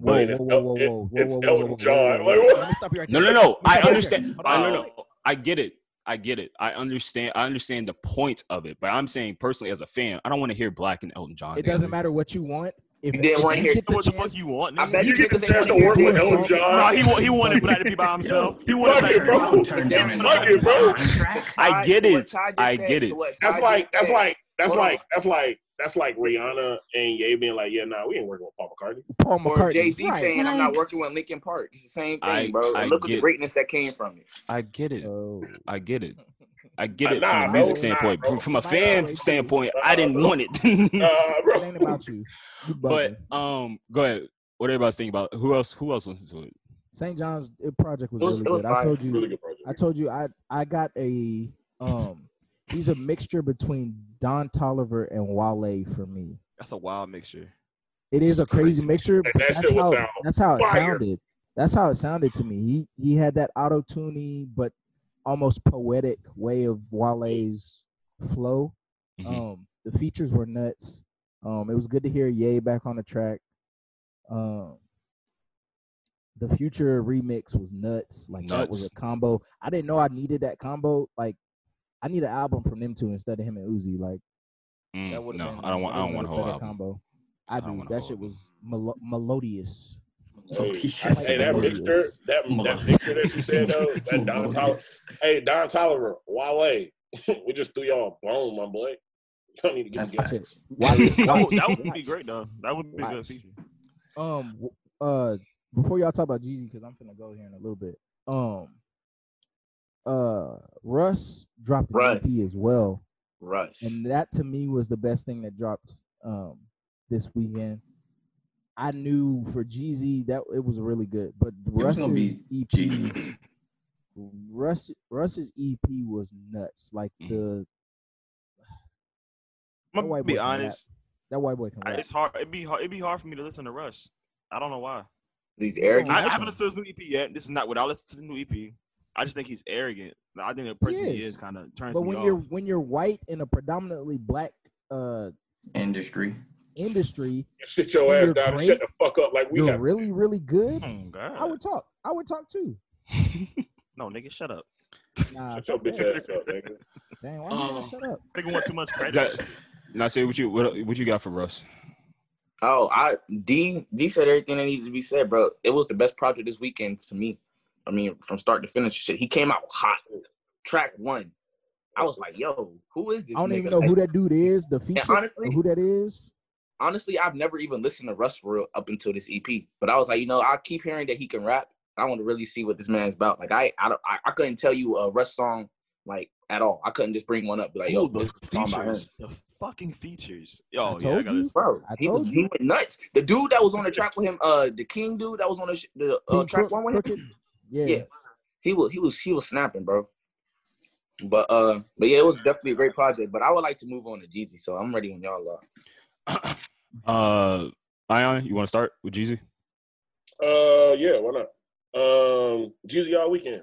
G: Whoa,
A: but
D: Wait,
G: whoa,
D: it-
G: whoa, whoa,
D: it-
G: whoa, whoa,
D: it's
G: whoa, whoa,
D: Elton
G: whoa, whoa,
D: John.
G: whoa,
D: Like,
G: whoa.
D: what?
G: Let me stop you right
A: no,
G: there.
A: no, no.
G: Let me
A: I
G: stop you right
A: understand.
G: there.
A: I no,
G: Hold on.
A: no. I get it. I get it. I understand. I understand the point of it. But I'm saying personally, as a fan, I don't want to hear Black and Elton John.
G: It
A: together.
G: doesn't matter what you want. If
E: You didn't
G: if
E: want
G: you
E: to hear
G: get the
F: what the fuck
G: chance-
F: you want,
E: I
F: nigga?
E: bet
D: You
E: you
D: get the
E: niggas
D: chance
E: ain't
D: to
E: gonna
D: work
E: hear
D: with
E: it.
D: Elton
F: No,
D: John.
F: he wa- he wanted Black to be by himself. He wanted
D: Fuck
F: Black
D: it,
F: to be by
D: bro.
F: himself.
B: Turn down
D: Fuck it, bro.
B: the track.
A: I get
E: To what
A: it.
E: Ty just
A: I
E: said,
A: get
E: to
A: it.
E: what Ty
D: That's
E: just
D: like that's
E: said.
D: like that's
E: Hold on.
D: like that's like that's like Rihanna and Ye being like, yeah, nah, we ain't working with Paul McCartney.
G: Paul
E: Or
G: McCartney.
E: Jay Z
G: right.
E: saying I'm
B: Like-
E: not working with Linkin Park. It's the same thing,
A: I-
E: bro. And
A: I
E: look at
A: get it.
E: the greatness that came from it.
A: I get it.
G: Oh.
A: I get it. I get it
D: Nah,
A: from a
G: bro,
A: music
G: nah,
A: standpoint.
D: bro.
A: From, from a
G: Nah,
A: fan
G: bro.
A: standpoint, I didn't want
D: Nah,
A: it.
G: It
D: bro.
G: ain't about you. You
A: but
G: bugging.
A: um, go ahead. What everybody's thinking about? Who else? Who else listens to it?
G: St. John's uh, project was,
E: It was-
G: really
E: it was
G: good. I
E: fire.
G: told you.
D: Really good project.
G: I told you. I I got a um. He's a mixture between Don Tolliver and Wale for me.
F: That's a wild mixture.
G: It is a crazy,
F: Crazy.
G: mixture.
D: And
G: but
D: that
G: that's
D: shit will
G: how
D: sound
G: that's how it
D: fire.
G: sounded. That's how it sounded to me. He he had that auto tuning, but almost poetic way of Wale's flow.
A: Mhm.
D: Mm-hmm.
G: Um, the features were nuts. Um, it was good to hear Ye back on the track. Um, the future remix was nuts. Like that was a
A: Nuts.
G: combo. I didn't know I needed that combo. Like I need an album from them two instead of him and Uzi. Like
A: Mm,
G: that would
A: no, I don't want. I don't want a whole album.
G: combo. I,
A: I don't
G: do.
A: want a
G: That
A: whole
G: shit
A: album.
G: was melo- melodious.
D: Hey,
B: Melodious.
D: I say that mixture, that, that mixture that you said though, that Don Tolliver,
B: Melodious.
D: hey Don Tolliver, Wale, we just threw y'all a bone, my boy. Y'all need to get
B: That's
D: together.
B: facts.
G: Wale,
F: That
G: Wale-
F: would, that would be
G: Wale.
F: great though. That would be a good feature.
G: Um, w- uh, before y'all talk about Jeezy, because I'm finna go here in a little bit. Um, uh, Russ dropped the
E: Russ.
G: GP as well,
E: Russ.
G: and that to me was the best thing that dropped um, this weekend. I knew for Jeezy that it was really good, but
B: was gonna
G: Russ's EP,
B: Jeezy.
G: Russ Russ's EP was nuts. Like
A: Mm.
G: the
F: I'm
G: White
F: gonna be
G: boy can rap.
F: honest.
G: that white boy can
F: I-
G: rap.
F: It's hard. It'd be hard. It'd be hard for me to listen to Rush. I don't know why.
E: These
G: arrogant-
F: I, I
G: Exactly.
F: haven't listened to his new EP yet. This is not what I listen to the new EP. I just think he's arrogant. I think the person he
G: is.
F: is kind of turns
G: But
F: me
G: when
F: off.
G: you're when you're white in a predominantly black uh,
B: Industry.
G: industry,
D: You sit your
G: And
D: ass
G: you're
D: down and
G: great.
D: shut the fuck up like we
G: you're
D: have. Hmm.
G: really really good.
F: Oh, God.
G: I would talk. I would talk too.
F: no, nigga, shut up.
G: Nah,
D: Shut your
G: fuck
D: bitch
G: that.
D: ass up, nigga.
G: Dang, why you
E: Um,
G: gotta
B: Oh.
G: shut up?
F: Nigga want too much credit.
A: That- Now say what you what, what you got for Russ.
E: Oh, I D D said everything that needed to be said, bro. It was the best project this weekend to me. I mean, from start to finish, shit. He came out hot. Track one, I was like, "Yo, who is this?"
G: I don't even
E: nigga?
G: know
E: Like,
G: who that dude is. The feature,
E: honestly-
G: who that is.
E: honestly, I've never even listened to Russ for real up until this EP. But I was like, you know, I keep hearing that he can rap. I want to really see what this man's about. Like, I I, don't, I, I couldn't tell you a Russ song like at all. I couldn't just bring one up. Be like, yo,
F: Ooh, the
E: this is a song by him.
F: features. The fucking features. Yo,
G: I
F: yeah, I
G: told
F: got
G: you.
F: this.
E: Bro,
G: I
E: he,
G: told
E: was,
G: you.
E: he went nuts. The dude that was on the track with him, uh, the King dude that was on the, sh- the uh,
G: King
E: track
G: Crook-
E: one with him.
G: Crooked? Yeah.
E: Yeah. he was he was he was snapping, bro. But uh, but yeah, it was definitely a great project. But I would like to move on to Jeezy, so I'm ready when y'all are.
A: Uh, Ion, you want to start with Jeezy?
D: Uh, yeah, why not? Um, Jeezy all weekend.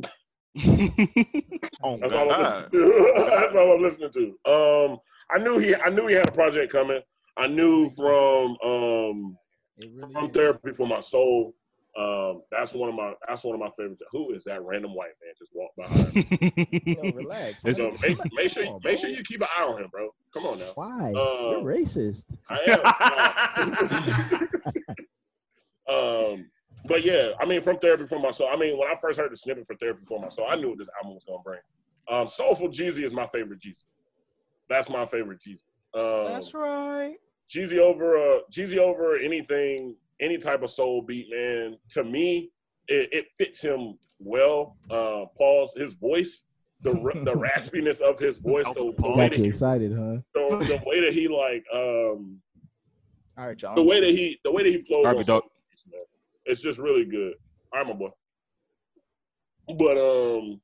F: Oh, God.
D: That's all I'm listening to. That's all I'm listening to. Um, I knew he, I knew he had a project coming. I knew from um
G: It really
D: from
G: is.
D: therapy for my soul. Um, that's one of my that's one of my favorites. Who is that random white man just walked by?
G: Yo, relax.
A: It's-
D: So make, make sure
G: Come on,
D: make sure
G: bro.
D: you keep an eye on him, bro. Come on now.
G: Why?
D: Uh,
G: You're racist.
D: I am. um, but yeah, I mean, from therapy for my soul. I mean, when I first heard the snippet for therapy for my soul, I knew what this album was gonna bring. Um, Soulful Jeezy is my favorite Jeezy. That's my favorite Jeezy. Um, That's right. Jeezy over uh, Jeezy over anything, any type of soul beat, man. To me, it, it fits him well. Uh, Paul's his voice, the r- the raspiness of his voice, the, the way
G: Got
D: that
G: you
D: he,
G: excited, huh?
D: the, the way that he like um,
H: All right, y'all.
D: the way that he the way that he flows
A: All right,
D: on
A: but dog.
D: Sundays, man, it's just really good. All right, my boy. But um,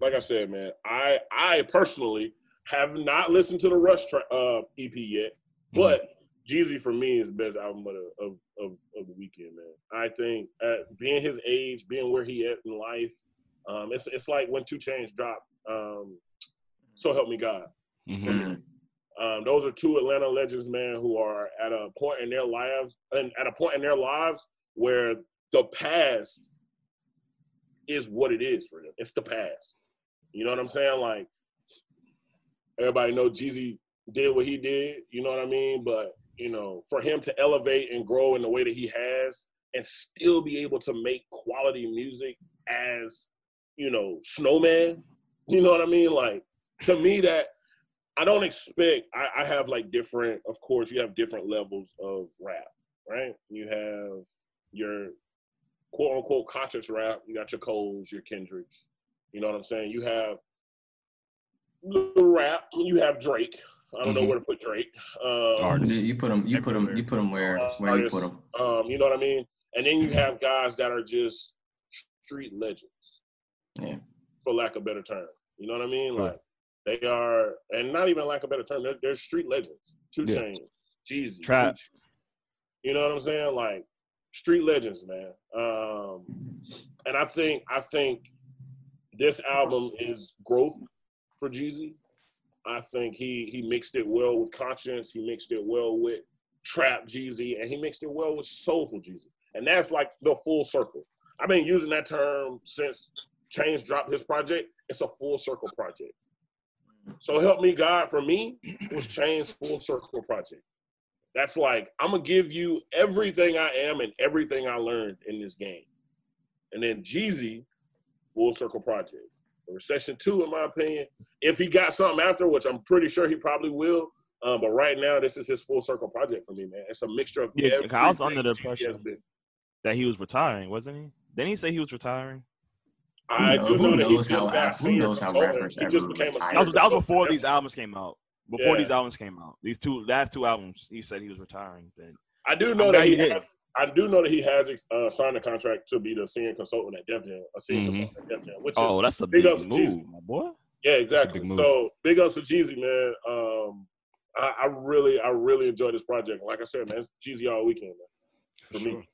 D: like I said, man, I I personally have not listened to the Rush tra- uh, EP yet, but Jeezy for me is the best album of the, of, of, of the weekend, man. I think uh being his age, being where he at in life, um, it's it's like when Two Chains dropped. Um, so help me God.
A: Mhm.
B: Mm.
D: Um, those are two Atlanta legends, man, who are at a point in their lives and at a point in their lives where the past is what it is for them. It's the past. You know what I'm saying? Like everybody know Jeezy did what he did, you know what I mean? But you know, for him to elevate and grow in the way that he has and still be able to make quality music as, you know, snowman, you know what I mean? Like to me that I don't expect. I, I have like different. Of course, you have different levels of rap, right? You have your quote unquote conscious rap. You got your Coles, your Kendricks. You know what I'm saying? You have the rap. You have Drake. I don't know
A: Mhm.
D: where to put Drake. Um,
A: Artists.
B: You, you put them. You put them. You put them where
D: Uh,
B: where you put them.
D: um, you know what I mean? And then you have guys that are just street legends,
B: Yeah.
D: for lack of better term. You know what I mean?
A: Right.
D: Like they are, and not even lack of better term, they're, they're street legends. Two
A: Yeah.
D: Chainz, Jeezy,
A: Trap.
D: Gucci. You know what I'm saying? Like street legends, man. Um, and I think I think this album is growth for Jeezy. I think he he mixed it well with conscience. He mixed it well with trap Jeezy, and he mixed it well with soulful Jeezy. And that's like the full circle. I've been using that term since Change dropped his project. It's a full circle project. So help me God, for me, was Change's full circle project. That's like I'm gonna give you everything I am and everything I learned in this game. And then Jeezy, full circle project. Recession two, in my opinion, if he got something after, which I'm pretty sure he probably will. Um, but right now, this is his full circle project for me, man. It's a mixture of
F: Yeah, 'cause I was
D: everything
F: under the
D: Jeezy has
F: impression.
D: been.
F: that he was retiring, wasn't he? Didn't he say he was retiring?
D: I
B: Who
D: do
B: know-
D: know
B: who
D: that he
B: knows
D: just
B: how-
D: got
B: who
D: senior
B: knows how
D: consultant.
B: rappers
D: He just
B: ever
D: became a
B: retire?
F: That was, that was
D: senior
F: before
D: consultant.
F: these albums came out. before
D: Yeah.
F: these albums came out. These two last two albums, he said he was retiring. Then
D: I do
F: I'm
D: know
F: glad
D: that he
F: he did.
D: has, I do know that he has uh, signed a contract to be the senior consultant at Def Jam, a senior
A: Mhm.
D: consultant at Def Jam, which is
F: Mm-hmm. oh, that's a
D: Big
F: big,
D: ups to
F: move,
D: Jeezy.
F: my boy.
D: yeah,
A: a
D: exactly.
A: big move.
D: So big ups to Jeezy, man. Um, I, I really, I really enjoy this project. Like I said, man, it's Jeezy all weekend, man. For me,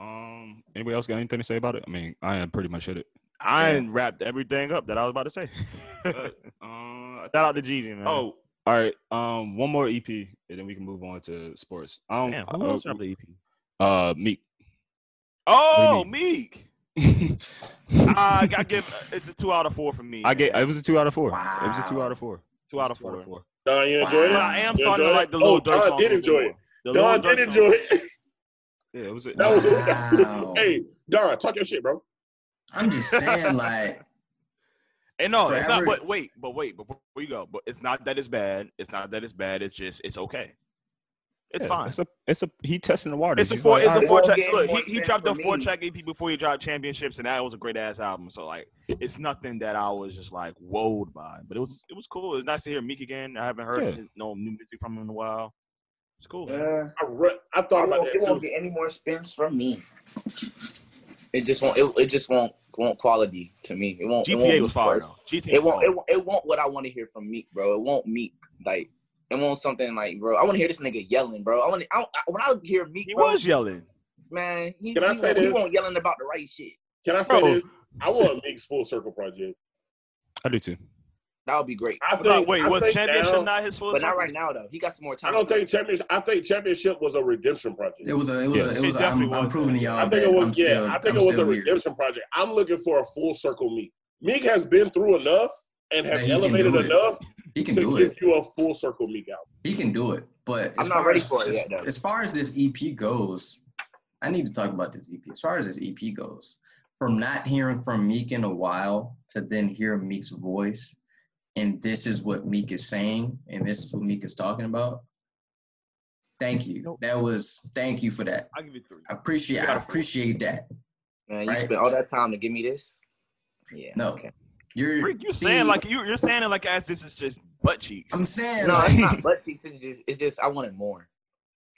A: Um, anybody else got anything to say about it? I mean, I am pretty much hit it.
F: I ain't wrapped everything up that I was about to say. Shout
A: Uh,
F: out to Jeezy, man.
A: oh, all right. Um, one more EP, and then we can move on to sports. I don't.
F: Damn, who
A: uh,
F: else dropped the E EP?
A: uh, Meek.
F: Oh,
A: What
F: Meek.
A: I
F: I, I give it's a two out of four for me.
A: get. It was a two out of four. It was a two
B: Wow.
A: out of four.
F: two out of four.
D: Don, you enjoy
F: But
D: it?
F: I am
D: You
F: starting to
D: enjoy it?
F: like the little
D: oh,
F: Durk
D: Don
F: song.
D: did
F: a little
D: enjoy
F: more.
D: it.
F: The Lil
D: Don
F: Durk
D: did
F: song.
D: enjoy it.
A: Yeah, it was. A,
D: That was
B: Wow.
D: hey, Don, talk your shit, bro.
B: I'm just saying, like,
F: And no, it's not.
B: Forever-
F: But wait, but wait, before we go, but it's not that it's bad. It's not that it's bad. It's just it's okay. It's
A: yeah,
F: fine.
A: It's a. It's a. He testing the waters.
F: It's a
A: He's
F: four.
A: like,
F: It's
A: all
F: a
A: right,
F: four
E: It
F: track.
E: won't
F: Look,
E: get
F: he, he
E: more
F: dropped a
E: spin for
F: four
E: me.
F: track EP before he dropped Championships, and that was a great ass album. So like, it's nothing that I was just like wowed by, but it was it was cool. It's nice to hear Meek again. I haven't heard
A: Yeah.
F: no new music from him in a while. It's cool. man.
E: Yeah.
D: I, re- I thought
E: It
D: about
E: won't,
D: that
E: it won't
D: too.
E: get any more spins from me. It just won't. It, it just won't. Won't quality to me. It won't. it won't
F: GTA
E: be
F: was fire
E: first.
F: though. GTA
E: It
F: was
E: won't. It, won't- it won't. What I want to hear from Meek, bro. It won't Meek like. It won't something like, bro. I want to hear this nigga yelling, bro. I want. I, I- when I hear Meek,
F: He
E: bro,
F: was yelling.
E: man. He,
D: Can I
E: he
D: say
E: won't, he
D: this?
E: won't yelling about the right shit.
D: Can I say
F: Bro.
D: this? I want Meek's full circle project.
A: I do too.
E: That would be great.
D: I
F: I thought,
D: think.
F: wait,
D: I
F: was
D: think
F: Championship
D: now-
F: not his full?
E: But not
F: circle?
E: right now though. He got some more time.
D: I don't think championship. I think championship was a redemption project.
B: it was a, it was
A: Yes.
B: a, it was.
F: It
B: A, I'm,
F: definitely
B: I'm
F: was.
B: proving to y'all
D: I think
B: that
D: it
B: I'm
D: was. Yeah,
B: still,
D: I think
B: I'm
D: it was
B: still
D: a
B: here.
D: redemption project. I'm looking for a full circle Meek. Meek has been through enough and
B: That
D: has
B: he can
D: elevated
B: do it.
D: enough
B: He can
D: to
B: do
D: give
B: it.
D: you a full circle Meek out.
B: He can do it. But as
E: I'm not
B: far
E: ready
B: as,
E: for it
B: as,
E: yet, though.
B: as far as this EP goes, I need to talk about this EP. As far as this EP goes, from not hearing from Meek in a while to then hear Meek's voice, and this is what Meek is saying, and this is what Meek is talking about. Thank you. That was thank you for that.
F: I'll give you three.
B: I appreciate
F: You
B: I
F: got a four.
B: appreciate that.
E: Man, you
B: Right.
E: spent all that time to give me this. Yeah.
B: No.
E: Okay.
B: You're
F: Rick, you
B: see,
F: saying like you you're saying it like as this is just butt cheeks.
B: I'm saying
E: No,
B: like,
E: it's not butt cheeks. It's just, it's just I wanted more.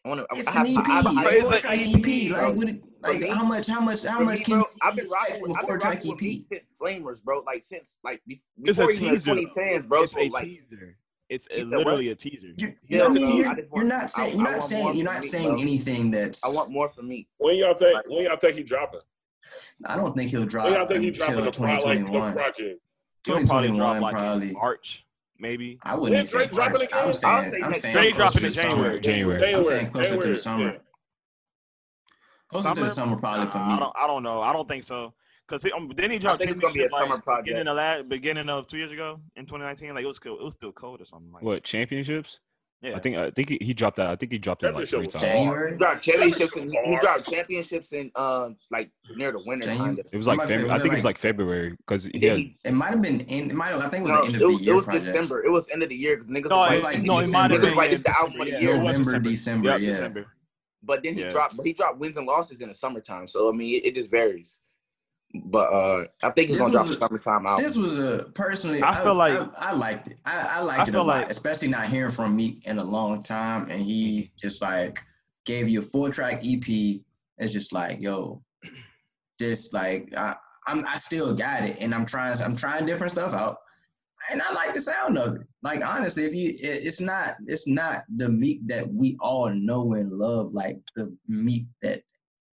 E: I want to.
B: it's
E: I have,
B: an EP.
E: I, I,
F: Bro,
B: it's
F: it's an
B: four track
F: EP,
B: EP.
E: bro.
B: Like, what, it-
E: For
B: like
E: me-
B: how much? How much? How
E: for
B: much
E: me,
B: can
E: bro,
B: you
E: I've been
B: expect
E: riding
B: from
E: with,
B: a
E: I've been
B: four track
E: riding with
B: EP?
E: Meek since Flamers, bro. Like since like be-
F: It's a
E: before even
F: teaser,
E: twenty fans, bro.
F: it's
E: So
F: a
E: like,
F: teaser. It's a-
E: said what?
F: literally a teaser.
B: You,
E: Yeah,
B: I
E: bro,
B: mean,
E: I
B: you're,
E: just
B: you're
E: want-
B: not saying
E: I-
B: you're not
E: I want more
B: saying you're
E: from
B: not
E: Meek,
B: saying
E: bro.
B: anything that's.
E: I want more from Meek.
D: When y'all think?
E: Right.
D: When y'all think he dropping?
B: I don't think he'll drop
D: When y'all think he dropping
B: until
D: the pro, like
B: 2021.
D: the project?
F: He'll probably drop
B: 2021
F: like in
B: probably.
F: March, maybe.
B: I wouldn't
D: When
B: even say
D: Drake dropping
B: March. I'm
D: again?
E: I'll
B: saying
E: say
B: I'm
E: next
B: saying
E: year.
F: Drake
B: closer
F: dropping
B: to
F: in
B: the summer.
F: January.
A: January.
B: I'm
D: January.
B: saying closer to
D: January,
B: the summer.
D: yeah.
B: Closer to
F: Summer?
B: the summer probably for
F: Nah, I
B: me.
F: don't. I don't know. I don't think so. Cause he, um, then he dropped
E: think it's gonna be a
F: championship like,
E: summer project.
F: beginning of last, beginning of two years ago in 2019. Like it was still it was still cold or something. Like
A: What championships?
F: Yeah.
A: I think. I think he, he dropped that. I think he dropped it like three
D: Championship was
A: times.
E: He
D: hard.
B: January.
E: dropped championships in he
D: Hard.
E: dropped championships in um like near the winter
B: January.
E: kind of.
A: It was
B: I'm about
A: like
B: to say,
A: Feb-
B: was
A: I
B: it
A: think it was
B: like-
A: like February because he
E: Then
A: had
E: he-
B: It might have been end. It might have. I think it was
E: no,
B: the end
E: it
B: of the
E: was, it
B: year
E: was
B: project.
E: December. It was end of the year because niggas
F: no,
E: was
F: it,
E: like,
B: like
F: no, it might have
B: December.
F: been
E: Like,
F: yeah,
E: it's the
F: December,
E: album of the
F: yeah,
E: year.
F: it was December.
B: November, December,
F: Yep,
B: yeah.
F: December.
E: but then he
F: Yeah.
E: dropped but he dropped wins and losses in the summertime. So I mean it, it just varies. But uh I think he's
B: This
E: gonna drop
B: was
E: a summertime album.
B: This was a personally.
F: I feel like-
B: I, I liked it. I, I liked it a
F: feel
B: lot,
F: like-
B: especially not hearing from Meek in a long time, and he
F: Mm-hmm.
B: just like gave you a four track EP. It's just like, yo, this like I, I'm I still got it, and I'm trying I'm trying different stuff out, and I like the sound of it. Like honestly, if you, it, it's not it's not the Meek that we all know and love, like the Meek that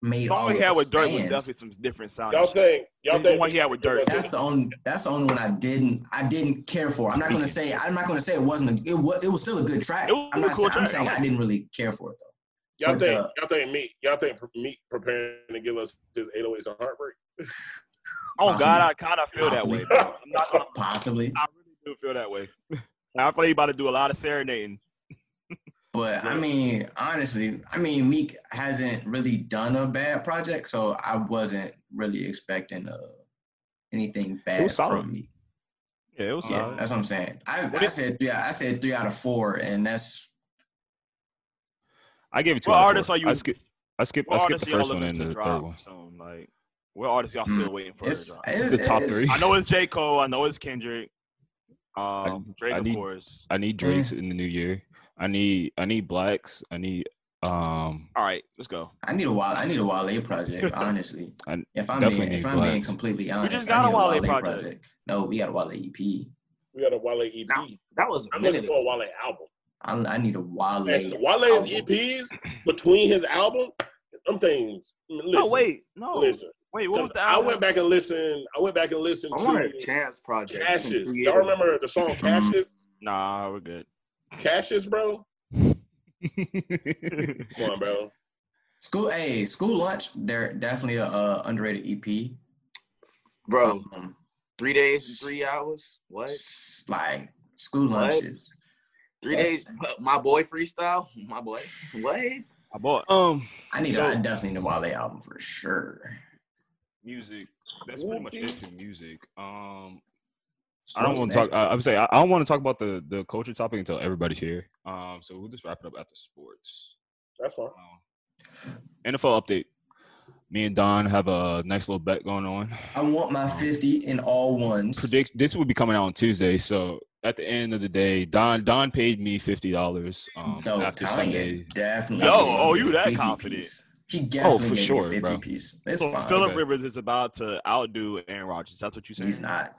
B: made
F: The
B: all
F: one
B: of
F: he had
B: us
F: with Dirt was
B: fans.
F: definitely some different sound.
D: Y'all think? Y'all
F: The
D: think?
F: one he had with Dirk.
B: That's the only. That's the only one I didn't. I didn't care for. I'm not gonna say. I'm not gonna say it wasn't. A, it was. It was still a good track.
F: It was
B: I'm
F: a
B: not.
F: cool
B: saying- I'm
F: track.
B: saying I didn't really care for it though.
D: Y'all
B: But,
D: think?
B: uh,
D: Y'all think Meek? Y'all think Meek preparing to give us his 808s and heartbreak?
F: Oh God, I kind of feel that way. bro. I'm not gonna.
B: Possibly,
F: I really do feel that way. I feel like he about to do a lot of serenading.
B: but I mean, honestly, I mean, Meek hasn't really done a bad project, so I wasn't really expecting uh, anything bad
A: was solid.
B: from Meek.
A: yeah, it was
B: Yeah, that's what I'm saying. I, I
F: did-
B: said yeah, I said three out of four, and that's
A: I gave it two.
F: What
A: out of
F: artists
A: four.
F: are you?
A: I skipped. I skipped. I
F: What
A: skipped
F: artists
A: the
F: y'all
A: first one
F: looking
A: and
F: to
A: the third
F: drop
A: one.
F: soon? Like, what artists y'all still waiting for?
B: Mm, it's,
F: to drop?
B: it's
A: The top
B: it's-
A: three.
F: I know it's J Cole. I know it's Kendrick. Um, Drake,
A: I
F: of
A: need-
F: course.
A: I need Drake's in the new year. I need I need blacks. I need um
F: All right, let's go.
B: I need a Wale. I need a Wale project, honestly.
A: I
B: if I'm
A: definitely
B: being, if
A: need
B: I'm being
A: Blacks.
B: completely honest,
F: just got a
B: I need
F: Wale project.
B: No, we got a Wale E EP.
D: We got a Wale EP.
E: Nah, that was a
D: I'm
E: minute
D: looking
E: ago.
D: for a Wale album.
B: I, I need a Wale.
D: And
B: album.
F: E
D: Wale's EPs between his album, them things. Listen,
F: No, wait, no,
D: Listen,
F: wait. What was the?
D: I
F: album?
D: went back and listened. I went back and listened
E: I wanted a
D: to
E: Chance project. It's been
D: Cassius.
E: two
D: Y'all
E: years.
D: remember the song Cassius?
F: Nah, we're good.
D: Cassius, bro. Come on, bro.
B: School, hey, school lunch. They're definitely a uh, underrated EP.
F: Oh.
E: bro?
B: Um,
E: Three days, and three hours. What?
B: s- like school
E: What?
B: lunch is
E: Three
B: Yes.
E: days. My boy freestyle. My boy. What?
F: I bought
H: Um,
B: I need.
A: So-
B: I definitely need a Wale album for sure.
A: music. That's pretty much it for music. Um I
B: What's
A: don't want to talk.
B: next?
A: I, I'm saying I, I don't want to talk about the the culture topic until everybody's here. Um, so we'll just wrap it up after sports.
D: That's fine.
A: Um, NFL update. Me and Don have a nice little bet going on.
B: I want my fifty in all ones.
A: Um, Predict this will be coming out on Tuesday. So at the end of the day, Don Don paid me fifty dollars um,
B: Dope,
A: after
B: Kanye
A: Sunday. Oh,
B: Definitely.
F: Yo,
B: gave
F: oh,
B: me
F: you
B: a
F: that
B: 50
F: confident.
B: piece. He definitely
A: for
B: gave
A: sure,
B: me a fifty
A: bro.
B: piece. It's
F: so
B: fine.
F: Philip
A: okay.
F: Rivers is about to outdo Aaron Rodgers. That's what you saying?
B: He's not.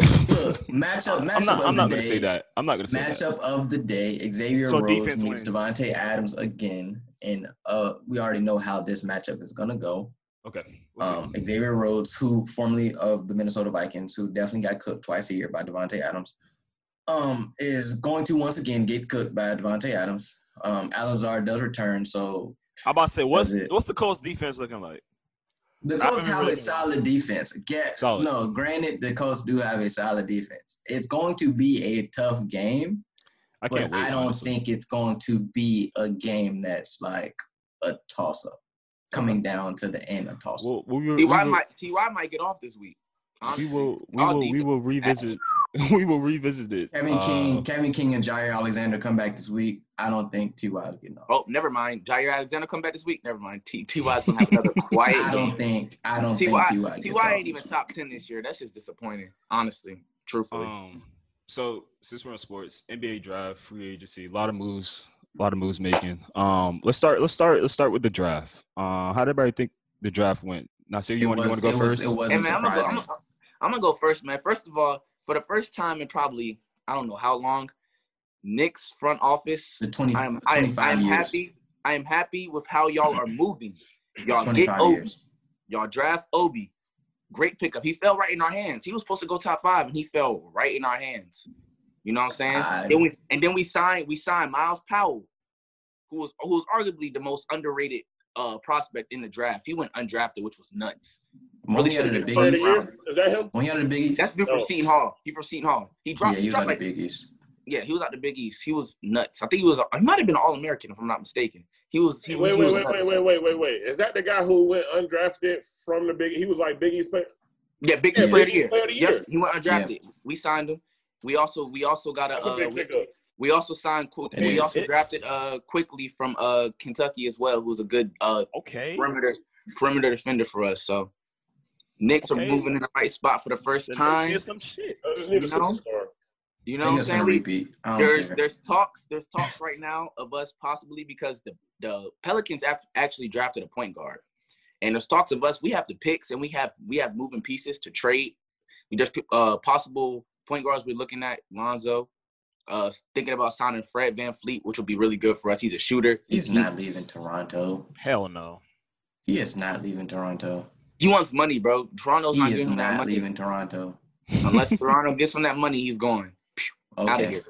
B: Look, matchup. Matchup
A: I'm not.
B: of
A: I'm
B: the
A: not
B: day.
A: going to say that. I'm not going to say that.
B: Matchup of the day: Xavier
F: So
B: Rhodes
F: defense
B: meets
F: wins.
B: Devontae Adams again, and uh, we already know how this matchup is gonna go.
A: Okay. We'll see.
B: Um, Xavier Rhodes, who formerly of the Minnesota Vikings, who definitely got cooked twice a year by Devontae Adams, um, is going to once again get cooked by Devontae Adams. Um, Alizar does return, so
F: I'm about to say what's
B: That's it.
F: what's the Colts defense looking like?
B: the
F: I
B: Colts
F: haven't
B: have
F: really
B: a solid defense. Get
A: Solid.
B: no, granted, the Colts do have a solid defense. It's going to be a tough game,
A: I
B: but
A: can't wait.
B: I don't
A: honestly.
B: think it's going to be a game that's like a toss up, coming down to the end, a toss up.
A: We'll, we will. We
E: Ty
A: will.
E: might. Ty might get off this week.
A: We
E: Honestly.
A: will. We
E: All
A: will, we
E: defense.
A: will revisit. we will revisit it.
B: Kevin King,
A: Uh,
B: Kevin King, and Jair Alexander come back this week. I don't think Ty is getting off.
E: Oh, never mind. Jair Alexander come back this week. Never mind. T. Ty's gonna have another quiet
B: I
E: game.
B: don't think. I don't
E: Ty.
B: think Ty gets
E: Ty
B: off.
E: ain't even
B: this
E: top ten this year. That's just disappointing. Honestly, truthfully.
A: Um, so since we're on sports, NBA draft, free agency, a lot of moves, a lot of moves making. Um, let's start. Let's start. Let's start with the draft. Uh, how did everybody think the draft went? Nasir,
B: week.
A: you
B: It
A: want you want
B: was-
A: to
B: it
A: go
B: was-
A: first?
B: It
E: Hey
B: wasn't
E: man, I'm gonna, go, I'm,
B: surprising.
E: gonna, I'm gonna go first, man. First of all, for the first time in probably I don't know how long, Nick's front office.
B: The 20,
E: I'm I'm,
B: 25
E: I'm
B: years.
E: happy. I am happy with how y'all are moving. Y'all get
B: 25
E: Obi.
B: years.
E: Y'all draft Obi. Great pickup. He fell right in our hands. He was supposed to go top five, and he fell right in our hands. You know what I'm saying?
B: I-
E: then we, and then we signed we signed Miles Powell, who was who was arguably the most underrated uh, prospect in the draft. He went undrafted, which was nuts.
B: When he
E: should've
B: out of the
E: been
B: Big
D: Player of
B: East.
D: the year? Is that him?
B: When he out of the Big East.
E: That's dude
D: No.
E: from Seton Hall. He from Seton Hall. He dropped.
B: yeah,
E: he
B: he was out
E: dropped
B: of the
E: like,
B: Big East.
E: yeah, he was out the Big East. He was nuts. I think he was. He might have been All American if I'm not mistaken. He was. He,
D: Wait, wait,
E: was,
D: wait, wait, wait, wait, wait, wait. Is that the guy who went undrafted from the big? He was like Biggie's player.
E: Yeah, Big
D: Yeah,
E: East player of the
D: Big East
E: year.
D: Player of the
E: Yep,
D: Year.
E: he went undrafted. We signed him. We also we also got a.
D: That's a
E: Uh,
D: big
E: we,
D: pickup.
E: we also signed. Qu-
B: It
E: We
B: is.
E: also
F: It's-
E: drafted uh quickly from uh Kentucky as well, who was a good uh
F: Okay.
E: perimeter perimeter defender for us. So. Knicks
F: Okay.
E: are moving in the right spot for the first
F: Then let's
E: time.
F: get some shit.
D: I just need a
E: You know?
D: superstar.
E: You
B: You
E: know what I'm saying? We-
B: repeat. I don't
E: there's
B: care.
E: there's talks there's talks right now of us possibly because the the Pelicans af- actually drafted a point guard, and there's talks of us we have the picks and we have we have moving pieces to trade. We just uh, possible point guards we're looking at Lonzo, uh, thinking about signing Fred Van Fleet, which will be really good for us. He's a shooter.
B: He's
E: He-
B: not leaving Toronto.
F: Hell no.
B: He is not leaving Toronto.
E: He wants money, bro. Toronto's not
B: He is
E: giving him that
B: not
E: money.
B: leaving Toronto.
E: Unless Toronto gets him that money, he's going out of
B: Okay.
E: here.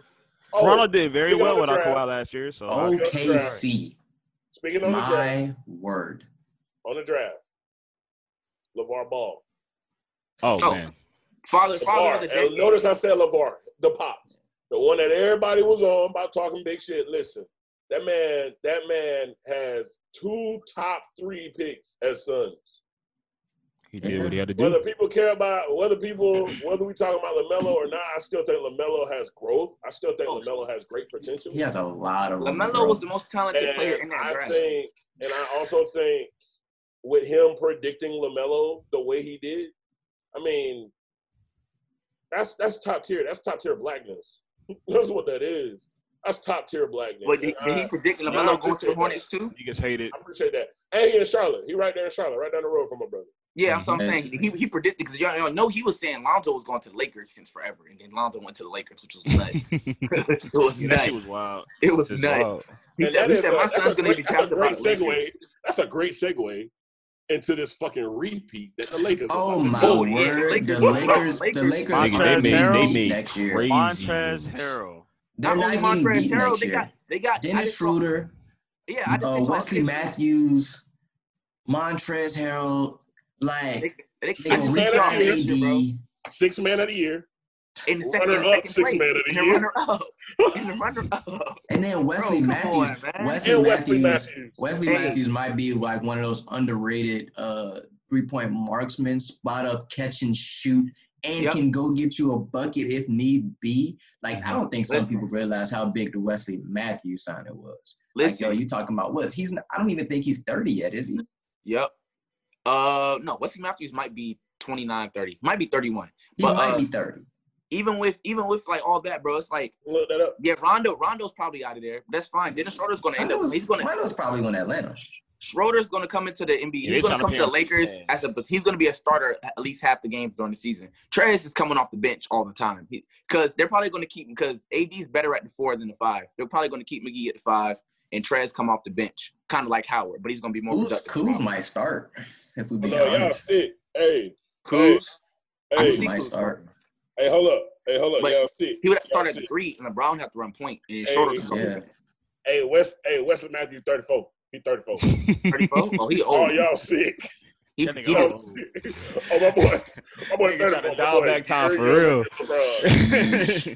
D: Oh,
F: Toronto did very
D: speaking
F: well
D: of the
F: without
D: draft-
F: Kawhi last year, so
A: Oh.
F: I-
B: OKC.
D: Speaking on the draft,
B: My word.
D: on the draft, LeVar Ball.
A: oh,
E: Oh.
A: man,
E: Father, father of the
D: LeVar.
E: day.
D: And notice I said LeVar, the pops, the one that everybody was on about talking big shit. Listen, that man, that man has two top three picks as sons.
A: he did what he had to
D: Whether
A: do.
D: people care about whether people whether we talking about Lamelo or not, I still think Lamelo has growth. I still
E: Oh,
D: think Lamelo has great potential.
B: He has a lot of room, bro.
E: Lamelo was the most talented player in that
D: I
E: draft.
D: think, and I also think with him predicting Lamelo the way he did, I mean, that's that's top tier. That's top tier blackness. That's what that is. That's top tier blackness.
E: But did,
D: And
E: did
D: I-
E: he predict
D: I
E: LaMelo going to
D: appreciate
E: the
D: that.
E: Hornets too?
F: Niggas hate it.
D: I appreciate that. And he in Charlotte. He right there in Charlotte, right down the road from my brother.
E: Yeah, that's what I'm
B: Mhm.
E: saying. He, he predicted because y'all, y'all know he was saying Lonzo was going to the Lakers since forever, and then Lonzo went to the Lakers, which was nuts. it was
F: Yeah, that
E: nuts.
F: shit was wild.
E: It was
A: Just
E: nuts.
A: wild.
E: He
D: And
E: said,
D: that
E: he
D: is
E: said
D: a-
E: my
D: that's a
E: son's going to be
D: great- that's a
E: talking
D: great
E: about the Lakers.
D: segue. That's a great segue into this fucking repeat that the Lakers. are
B: Oh
D: about to
B: my
D: do.
E: Oh, yeah,
B: word!
E: Lakers-
B: The Lakers, the
E: Lakers-
B: Lakers,
F: Montrezl
B: are
F: Harrell.
B: gonna be
F: They
B: next year. crazy
F: Montrez
B: moves.
F: Harrell.
B: They're
E: Not
B: not
E: only
B: getting
E: Montrezl
B: beat
E: Harrell,
B: next
E: they
B: year.
E: got they got I
B: Dennis
E: just saw-
B: Schroeder,
E: Yeah, I just
B: uh,
E: sent y'all a
B: Wesley
E: picture.
B: Matthews, Montrez Harold, like
E: They,
B: they
E: they, I
B: gonna
E: just
D: better
E: saw a
D: than
B: re-sign
E: picture, bro.
B: AD.
D: Six man of the year.
E: In the second,
D: Runner
E: in the
D: up,
E: second
D: six
E: place,
D: man of the
E: in the
D: year.
E: runner up, in the runner up.
B: And then Wesley
E: come
B: Matthews,
E: on, man.
B: Wesley
D: And Wesley
B: Matthews,
D: Matthews.
B: Wesley
E: Hey.
B: Matthews might be like one of those underrated uh, three-point marksmen, spot up, catch and shoot, and
E: Yep.
B: can go get you a bucket if need be. Like I don't think some
E: Listen.
B: people realize how big the Wesley Matthews signing was. Like
E: Listen,
B: yo, you talking about what? He's not, I don't even think he's thirty yet, is he?
E: yep. Uh, no, Wesley Matthews might be 29, 30, might be 31.
B: He
E: But,
B: might
E: uh,
B: be thirty.
E: Even with even with like all that, bro, it's like
D: Look that up.
E: yeah, Rondo Rondo's probably out of there. That's fine. Dennis Schroeder's gonna end up.
B: Milo's,
E: He's gonna
B: Milo's probably going to Atlanta.
E: Schroeder's going to come into the NBA.
F: Yeah, they
E: he's going
F: tryna
E: to come to
F: pair
E: the
F: him.
E: Lakers
F: Yeah.
E: as a, but he's going to be a starter at least half the games during the season. Trez is coming off the bench all the time because they're probably going to keep because AD's better at the four than the five. They're probably going to keep McGee at the five and Trez come off the bench, kind of like Howard, but he's going to be more
B: Kuz,
E: productive.
B: Kuz might start, if we
D: But
B: be
D: no, y'all
B: honest.
D: stick. Hey,
E: Kuz, I
D: hey,
E: can
B: Kuz
E: see
D: hey,
B: might
E: Kuz
B: start.
D: hold up. Hey, hold up.
E: But
D: Y'all stick.
E: he would have
D: Y'all
E: started at the
D: stick.
E: three and LeBron would have to run point and
D: Hey,
E: Schroeder could
B: Yeah.
E: go
D: Hey, West. Hey, Wesley Matthews, thirty-four. He thirty-four.
E: 34. Oh, he old.
D: Oh, y'all sick.
E: he,
F: That nigga
E: he
F: old.
E: just,
D: Y'all sick. Oh my boy. My boy,
F: Nigga tryna
D: 34, my
F: dial
D: boy.
F: back time for
D: Here you go,
F: real.
D: LeBron.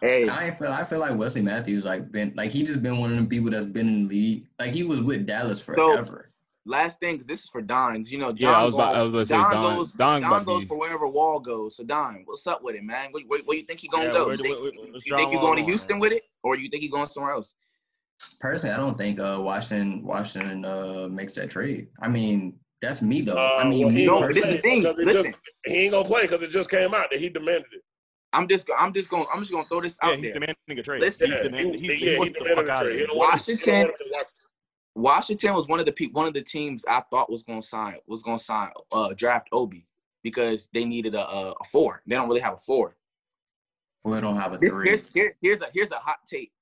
E: hey,
B: I ain't feel I feel like Wesley Matthews like been like he just been one of them people that's been in the league. Like he was with Dallas forever.
E: last thing, 'cause this is for Don. 'cause You know, Don
A: Yeah, I was about, I
E: gone-
A: was about to say
E: Don,
A: Don.
E: goes.
A: Don,
E: Don,
A: about to
E: goes
A: be-
E: for wherever Wall goes. So Don, what's up with it, man? Where, where, where you think he gonna
F: Yeah,
E: go?
F: where-
E: you think,
F: where- where- where's
E: you think
F: John
E: you
F: Wall
E: going to
F: going,
E: Houston
F: man?
E: with it, or you think you going somewhere else?
B: Personally, I don't think uh Washington Washington uh makes that trade. I mean, that's me though.
D: Uh,
B: I mean,
D: well,
B: me
D: he
E: No,
D: don't
E: but this is
B: personally.
E: the thing.
D: Because it just-
E: Listen,
D: he ain't gonna play because it just came out that he demanded it.
E: I'm just I'm just going I'm just going to throw this
F: Yeah,
E: out
F: he's
E: there.
F: demanding a trade.
E: Listen.
F: he's
D: Yeah,
F: demanding.
D: he-
F: He's,
D: yeah,
F: he
D: he
F: wants the
D: demanded
F: fuck
D: a
F: out of
D: trade. He
F: here.
D: don't want- he don't
E: Washington-
D: want him to walk-
E: Washington was one of the pe- one of the teams I thought was going to sign was going to sign uh, draft Obi because they needed a, a a four. They don't really have a four.
B: We don't have a
E: This
B: three.
E: here's here, here's a here's a hot take.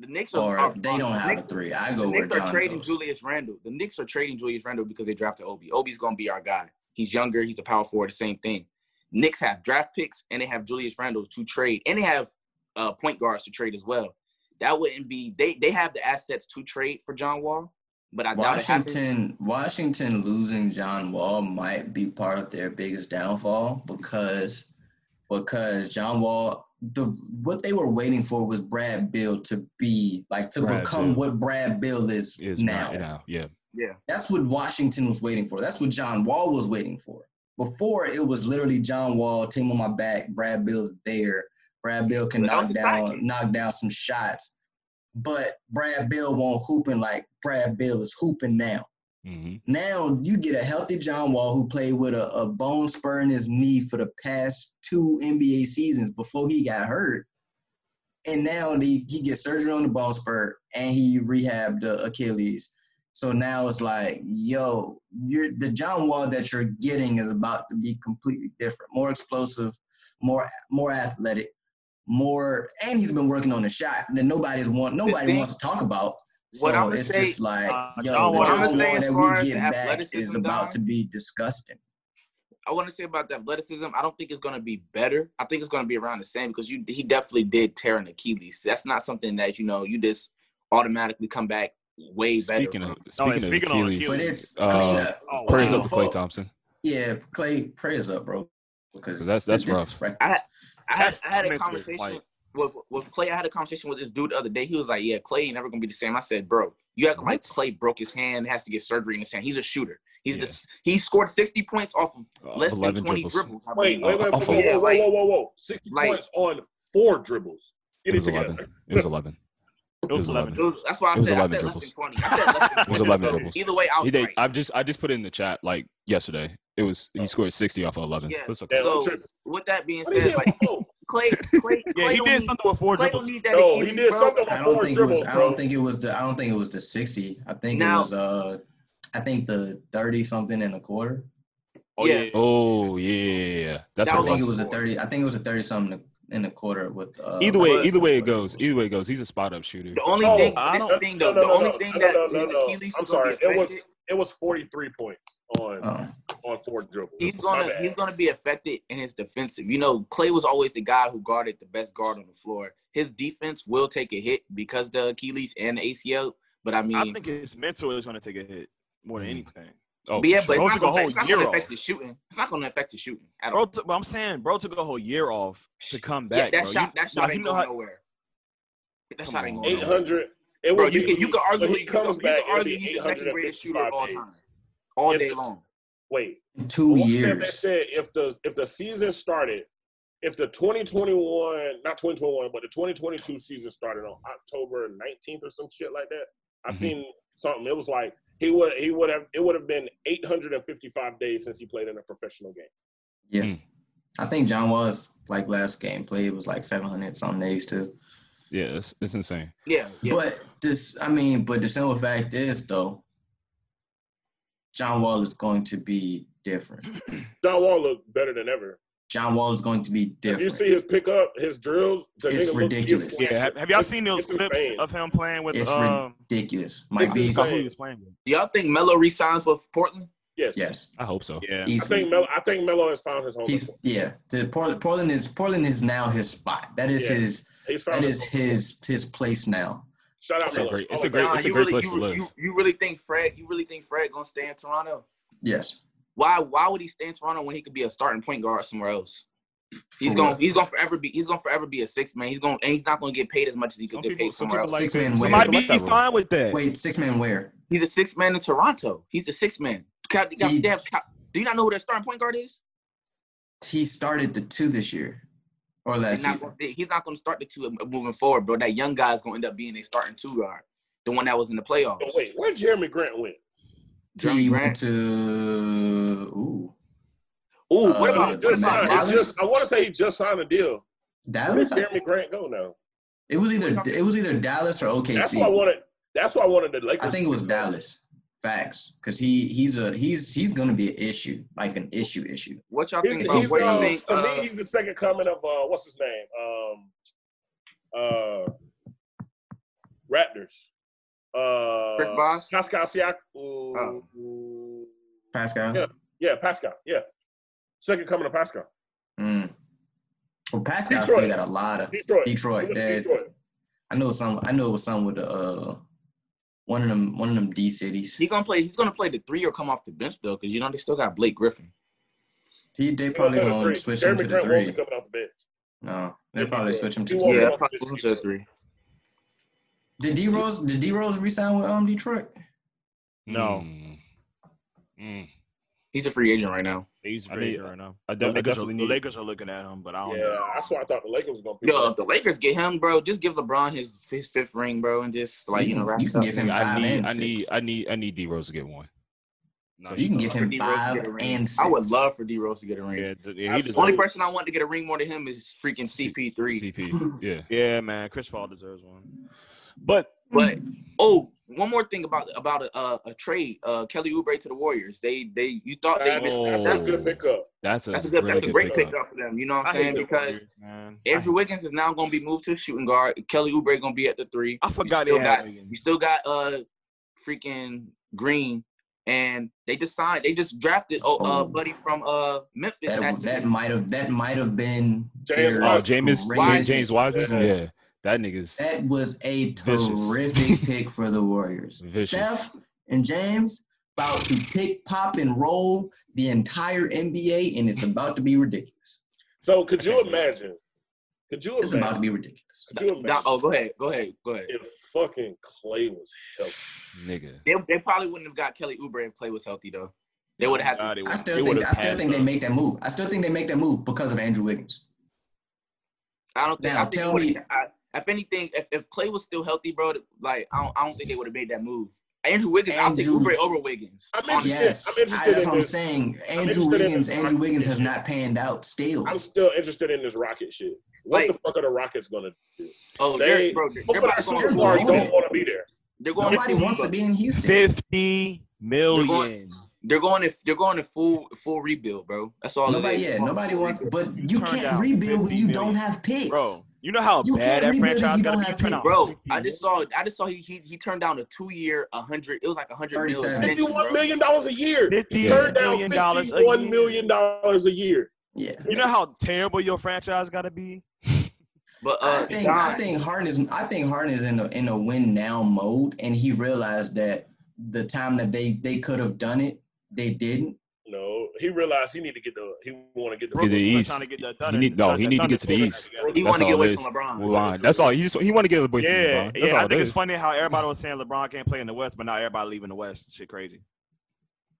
E: The Knicks are,
B: Or
E: are-
B: they don't
E: the
B: have a
E: Knicks-
B: three. I
E: The
B: go where
E: Knicks are
B: John
E: trading
B: goes.
E: Julius Randle. The Knicks are trading Julius Randle because they drafted Obi. Obi's gonna be our guy. He's younger. He's a power forward. The same thing. Knicks have draft picks and they have Julius Randle to trade, and they have uh, point guards to trade as well. That wouldn't be they. They have the assets to trade for John Wall, but I doubt it happens.
B: Washington, Washington losing John Wall might be part of their biggest downfall because because John Wall the what they were waiting for was Brad Bill to be like to
A: Brad
B: become
A: Beal.
B: what Brad Bill is,
A: is
B: now.
A: now. now. Yeah.
E: Yeah,
B: That's what Washington was waiting for. That's what John Wall was waiting for. Before it was literally John Wall, team on my back, Brad Bill's there. Brad Bill can
E: But that
B: knock
E: was
B: down
E: exciting.
B: knock down some shots, but Brad Bill won't hooping like Brad Bill is hooping now.
A: Mhm.
B: Now you get a healthy John Wall who played with a, a bone spur in his knee for the past two NBA seasons before he got hurt. And now the, he gets surgery on the bone spur and he rehabbed the Achilles. So now it's like, yo, you're the John Wall that you're getting is about to be completely different, more explosive, more more athletic, more and he's been working on the shot that nobody's want nobody
E: thing-
B: wants to talk about. So
E: what I'ma
B: it's
E: say-
B: just like,
F: uh,
B: yo,
F: John
B: the
F: Wall-
B: John
F: I'ma
B: Wall
F: say
E: as
B: that
E: far as
B: we
E: the
B: get back is
E: athleticism, Don-
B: about to be disgusting.
E: I want to say about the athleticism. I don't think it's going to be better. I think it's going to be around the same because you he definitely did tear an Achilles. That's not something that you know you just automatically come back way better.
A: Speaking
E: from.
A: of speaking,
F: yeah,
A: of
F: speaking on
A: Achilles,
B: But
F: Achilles.
B: it's, I mean,
A: Uh,
B: uh,
F: Oh, wow.
A: prayers
B: John
A: up to Clay
B: Wall-
A: Thompson.
B: yeah, Clay, prayers up, bro, because
A: That's- that's
B: this
A: rough.
B: is right-
E: I, I had,
F: That's
E: I had a
F: mental,
E: conversation
F: like-
E: with, with Clay. I had a conversation with this dude the other day. He was like, "Yeah, Clay ain't never gonna be the same." I said, "Bro, you acting like Clay broke his hand, has to get surgery in his hand. He's a shooter. He's
A: Yeah.
E: the, he scored sixty points off of
A: Uh,
E: less than
A: Eleven
E: twenty
A: dribbles.
E: dribbles. I
D: Wait,
E: believe.
D: wait, wait, whoa,
F: oh,
A: Uh,
D: whoa,
E: yeah,
D: whoa,
E: like-
D: whoa, whoa, whoa. Sixty
E: like-
D: points on four dribbles.
A: It
D: Get it
A: was
D: together.
A: eleven. It was eleven.
F: It was 11.
E: It was- that's why I
A: It was
E: said I
A: 11
E: said less
A: dribbles.
E: than twenty. I said less than
A: It was
E: 20.
A: eleven
D: So,
A: dribbles.
E: Either way, I was
A: He did,
E: right.
A: I just I just put it in the chat like yesterday. It was he scored sixty off of eleven.
E: Yeah.
A: It's okay.
D: Damn, I'm
E: So
D: tripping.
E: with that being
D: What did he
E: said,
D: hit
E: like
D: on four?
E: Clay, Clay,
F: Yeah,
E: Clay
F: he did
E: don't need-
F: something with four
E: Clay don't
F: dribbles.
E: need that.
D: No, he
E: Achilles,
D: did
E: bro.
D: something with
B: I don't
D: four
B: think it was.
D: dribbles,
B: I
D: bro.
B: don't think it was the. I don't think it was the sixty. I think
E: Now-
B: it was. Uh, I think the thirty something and a quarter.
F: Oh
E: Yeah.
F: yeah.
A: Oh yeah, that's
E: That
B: I don't
A: what
B: think it was a
E: Score.
B: thirty. I think it was a thirty something in a quarter with. Uh,
A: Either way,
B: Russell.
A: either way it goes. Either way it goes. He's a spot up shooter.
E: The only
D: No,
E: thing,
F: I
E: this
F: don't-
E: thing
D: no,
E: though,
D: no,
E: the
D: no,
E: only
D: no,
E: thing
D: no,
E: that
D: no, no, no.
E: Achilles
D: I'm
E: is gonna be
D: sorry, it was-
E: affected.
D: It was 43 points on
B: Oh.
D: on four dribbles.
E: He's
D: My
E: gonna
D: bad.
E: he's gonna be affected in his defensive. You know, Clay was always the guy who guarded the best guard on the floor. His defense will take a hit because the Achilles and the ACL. But I mean,
F: I think his mental is gonna take a hit more than
A: Mm.
F: anything.
A: Oh,
E: but yeah,
A: for
E: but it's
F: Bro
E: not,
F: took a
E: gonna affect,
F: whole
E: it's not
F: year
E: gonna
F: off.
E: affect his shooting. It's not gonna affect his shooting at
F: Bro,
E: all.
F: took, but I'm saying, bro took a whole year off to come
E: Yeah,
F: back.
E: that
F: bro.
E: shot,
F: You-
E: that shot
F: like, you
E: ain't
F: know
E: going
F: how-
E: nowhere. That
A: Come
E: shot ain't
A: on.
E: going
D: Eight
E: nowhere.
D: hundred. It
E: Bro,
D: would
E: you
D: be-
E: can you can argue
D: when
E: he
D: he comes
E: you
D: back.
E: can
D: It'll
E: argue
D: be
E: he's
D: eight
E: the second
D: hundred and
E: greatest shooter of
D: fifty-five
E: all
D: days.
E: time, all
D: If
E: day
D: the-
E: long.
D: Wait,
B: Two
D: But what Sam had
B: years.
D: said if the if the season started, if the 2021, not 2021, but the 2022 season started on October 19th or some shit like that, I
A: Mhm.
B: Mm-hmm.
D: seen something. It was like he would he would have it would have been 855 days since he played in a professional game.
B: Yeah.
A: Mm.
B: I think John was like last game played was like seven hundred some days too.
A: yeah, it's, it's insane.
E: Yeah, yeah.
B: But this, I mean, but the simple fact is though, John Wall is going to be different.
D: John Wall looked better than ever.
B: John Wall is going to be
D: If you
B: different.
D: see his pickup, his drills, the
B: It's
D: nigga looked
B: ridiculous.
D: different.
F: Yeah, have, have y'all seen those
D: It's
F: clips
D: insane.
F: of him playing with
B: It's
F: um?
B: ridiculous.
F: I
B: Mike
D: It's
B: Beasley,
F: forgot who
D: insane.
F: he was playing with.
E: Do y'all think Melo resigns with Portland?
D: Yes.
B: yes,
A: I hope so.
F: Yeah,
D: I think
B: easily.
D: Melo I think Melo has found his home.
B: He's yeah. The Portland, Portland is Portland is now his spot. That is
D: Yeah.
B: his.
D: He's found
B: That
D: his
B: is his his place now.
D: shout out
A: It's a
D: Melo.
A: great- it's
D: Oh,
A: a great-
E: Nah,
D: God.
A: it's a
E: you
A: great
E: really,
A: place
E: you,
A: to live.
E: You, you really think Fred? You really think Fred gonna stay in Toronto?
B: Yes.
E: Why? Why would he stay in Toronto when he could be a starting point guard somewhere else? He's
B: For
E: gonna
B: what?
E: he's gonna forever be he's gonna forever be a six man. He's gonna and he's not gonna get paid as much as he could
A: Some
E: get
A: people-
E: paid
A: some
E: somewhere else.
A: people like
B: Six man where?
F: Somebody
A: Like
F: be
A: that role.
F: fine with that.
B: Wait, six man where?
E: he's a six man in Toronto. He's a six man. God, God,
B: He-
E: damn, God- do you not know who their starting point guard is?
B: He started the two this year, or
E: He's
B: last
E: not,
B: season.
E: gonna, he's not gonna start the two uh, moving forward, bro. That young guy's gonna end up being a starting two guard, the one that was in the playoffs.
D: Oh, wait, where Jeremy Grant went?
E: Jeremy
B: He went
E: Grant.
B: to ooh
E: Ooh, what
B: Uh,
E: about what
D: Just
B: Matt
E: about
D: signed.
E: Rollins?
D: He just, I want to say he just signed a deal. Where did
B: Dallas. I
D: Jeremy
B: think.
D: Grant go now?
B: It was either it was either Dallas or OKC.
D: That's why I wanted. That's why I wanted the Lakers.
B: I think it was Dallas. Facts, because he he's a he's he's gonna be an issue, like an issue issue.
E: What y'all
D: He's,
E: think about
D: he's,
E: what
D: uh,
E: y'all
B: um,
E: think?
D: to
E: Uh,
D: me, he's the second coming of uh, what's his name? Um, uh, Raptors. Uh,
E: Chris Bosh?
D: Pascal Siak.
E: Oh.
D: mm,
B: Pascal.
D: Yeah. Yeah, Pascal. Yeah, second coming of Pascal.
B: Mm. Well, Pascal
D: Detroit.
B: still got a lot of.
D: Detroit.
B: Detroit,
D: He went to
B: Dad.
D: Detroit.
B: I know some. I know it was some with the uh, one of them one of them D cities.
E: He gonna play. He's gonna play the three or come off the bench though, because you know they still got Blake Griffin.
B: He they
D: He
B: probably
D: went to
B: gonna
D: three.
B: switch him
D: Jeremy
B: to the
D: Grant won't be
B: three.
D: coming off the bench.
B: No,
D: Yeah,
B: they
D: he
B: probably
D: will.
B: switch him
D: He
B: to
D: won't
B: three.
D: be
E: Yeah,
D: off the
E: probably
D: bench.
E: lose that three.
B: Did D Rose did D Rose resign with um Detroit?
F: No.
A: Mm. Mm.
E: He's a free agent right now.
F: He's
A: I
F: very
A: need-
F: good right now.
A: I,
F: The
A: de- I
F: Lakers, are,
A: definitely
F: the
A: need.
F: Lakers are looking at him, but I don't
D: Yeah,
F: know.
D: that's why I thought the Lakers was gonna pick
E: Yo,
D: him.
E: if the Lakers get him, bro, just give LeBron his his fifth ring, bro, and just like you know wrap
B: you
E: it
B: can
E: up.
B: give him
A: Nigga, I
B: five
A: need,
B: and
A: I
B: six.
A: need, I need, I need D Rose to get one.
F: No,
B: You can give
E: For
B: him
E: D Rose to
B: five
E: get a ring.
B: and six.
E: I would love for D Rose to get a ring.
F: Yeah, th- yeah, he
D: Absolutely.
E: Only
F: deserves.
E: person I want to get a ring more than him is freaking CP3.
A: CP. Yeah,
F: Yeah, man, Chris Paul deserves one.
A: but
E: But oh, one more thing about about a, a, a trade, uh, Kelly Oubre to the Warriors. They they you thought they missed.
A: Oh.
D: That's, that's a good pickup.
A: that's a
E: That's a good.
A: really
E: That's a
A: good
E: great
A: pickup.
E: pickup for them. You know what I'm
F: I hate
E: saying?
F: the
E: Because
F: Warriors, man. I
E: Andrew
F: hate-
E: Wiggins is now going to be moved to shooting guard. Kelly Oubre going to be at the three.
B: Oh.
F: I forgot
E: you
F: they
E: still
F: had
E: got
F: Wiggins.
E: you still got uh freaking Green, and they just signed. They just drafted oh, uh
B: Oh.
E: buddy from uh Memphis.
B: that
E: That's
B: that might have that might have been
D: James
B: their
A: Oh,
D: Wiseman.
A: James,
B: greatest-
A: James, James Waters.
D: Yeah.
A: Yeah, that nigga's.
B: That was a
A: Vicious.
B: terrific pick for the Warriors.
A: Vicious.
B: Steph and James about to pick, pop, and roll the entire NBA, and it's about to be ridiculous.
D: So could you imagine? Could you
B: It's about to
D: imagine?
B: be ridiculous.
D: Could you imagine
E: Nah, oh, go ahead, go ahead, go ahead.
D: if fucking Clay was healthy?
A: Nigga.
E: They, they probably wouldn't have got Kelly Oubre if Clay was healthy though. They would have had.
F: Nah,
E: to
F: they
B: I
F: wouldn't.
B: still
F: They
B: think
F: would've
B: I still
F: passed
B: think they
F: up.
B: make that move. I still think they make that move because of Andrew Wiggins.
E: I don't think.
B: Now,
E: I think
B: tell
E: they would.
B: me-
E: I- If anything, if, if Clay was still healthy, bro, like I don't, I don't think they would have made that move Andrew Wiggins. I'll take
B: Andrew-
E: Oubre over Wiggins.
D: I'm interested.
B: Yes,
D: I'm interested
B: I, that's
D: in
B: what I'm
D: this.
B: saying.
D: interested
B: Andrew
D: in
B: Wiggins,
D: this.
B: Andrew Wiggins has not panned out still.
D: I'm still interested in this Rocket shit. What
E: Like-
D: the fuck are the Rockets gonna do?
E: Oh,
D: They-
E: they, bro, they're,
D: Most of
E: they're,
D: our
E: going
B: they're
D: superstars
B: balloon.
D: don't want to be there.
E: they're going
B: Nobody
E: to
B: wants to be in Houston.
F: Fifty million.
E: going- They're going to they're going to full full rebuild, bro. That's all.
B: Nobody,
E: it is.
B: yeah, nobody wants. But
F: You
B: you
F: turned
B: can't
F: down
B: rebuild when
F: 50
B: you
F: million.
B: don't have picks.
F: Bro, you know how
B: You
F: bad
B: can't
F: that
B: rebuild if
F: franchise
B: you
F: gotta
B: don't
F: be.
B: have
F: Turn out
B: teams.
E: Bro,
F: 50
E: I just saw I just saw he he, he turned down a two year a hundred. It was like a hundred mil.
B: 37.
E: extension,
D: Fifty-one
E: bro.
D: million dollars a year.
F: fifty
D: Turn down
F: million dollars a
D: fifty-one
F: year.
D: million dollars a year.
B: Yeah.
F: You know how terrible your franchise gotta be.
E: But
B: I
E: uh,
B: think I
E: John,
B: think Harden is I think Harden is in a in a win now mode, and he realized that the time that they they could have done it, they didn't.
D: No, he realized he need to get the. He want to get the.
A: Get the
F: Brooklyn
A: East.
F: trying to get that
A: He need- no,
F: trying
A: he
F: that
A: need to
F: Thunder
A: get to the
F: team
A: East.
F: together.
E: he
A: That's
E: want to get
A: all it
E: away
A: is.
E: from LeBron.
A: LeBron. That's all. He just he want to get away from
F: Yeah,
A: LeBron. That's
F: yeah.
A: all
F: I
A: it
F: think it's
A: is.
F: funny how everybody was saying LeBron can't play in the West, but now everybody leaving the West. Shit, crazy.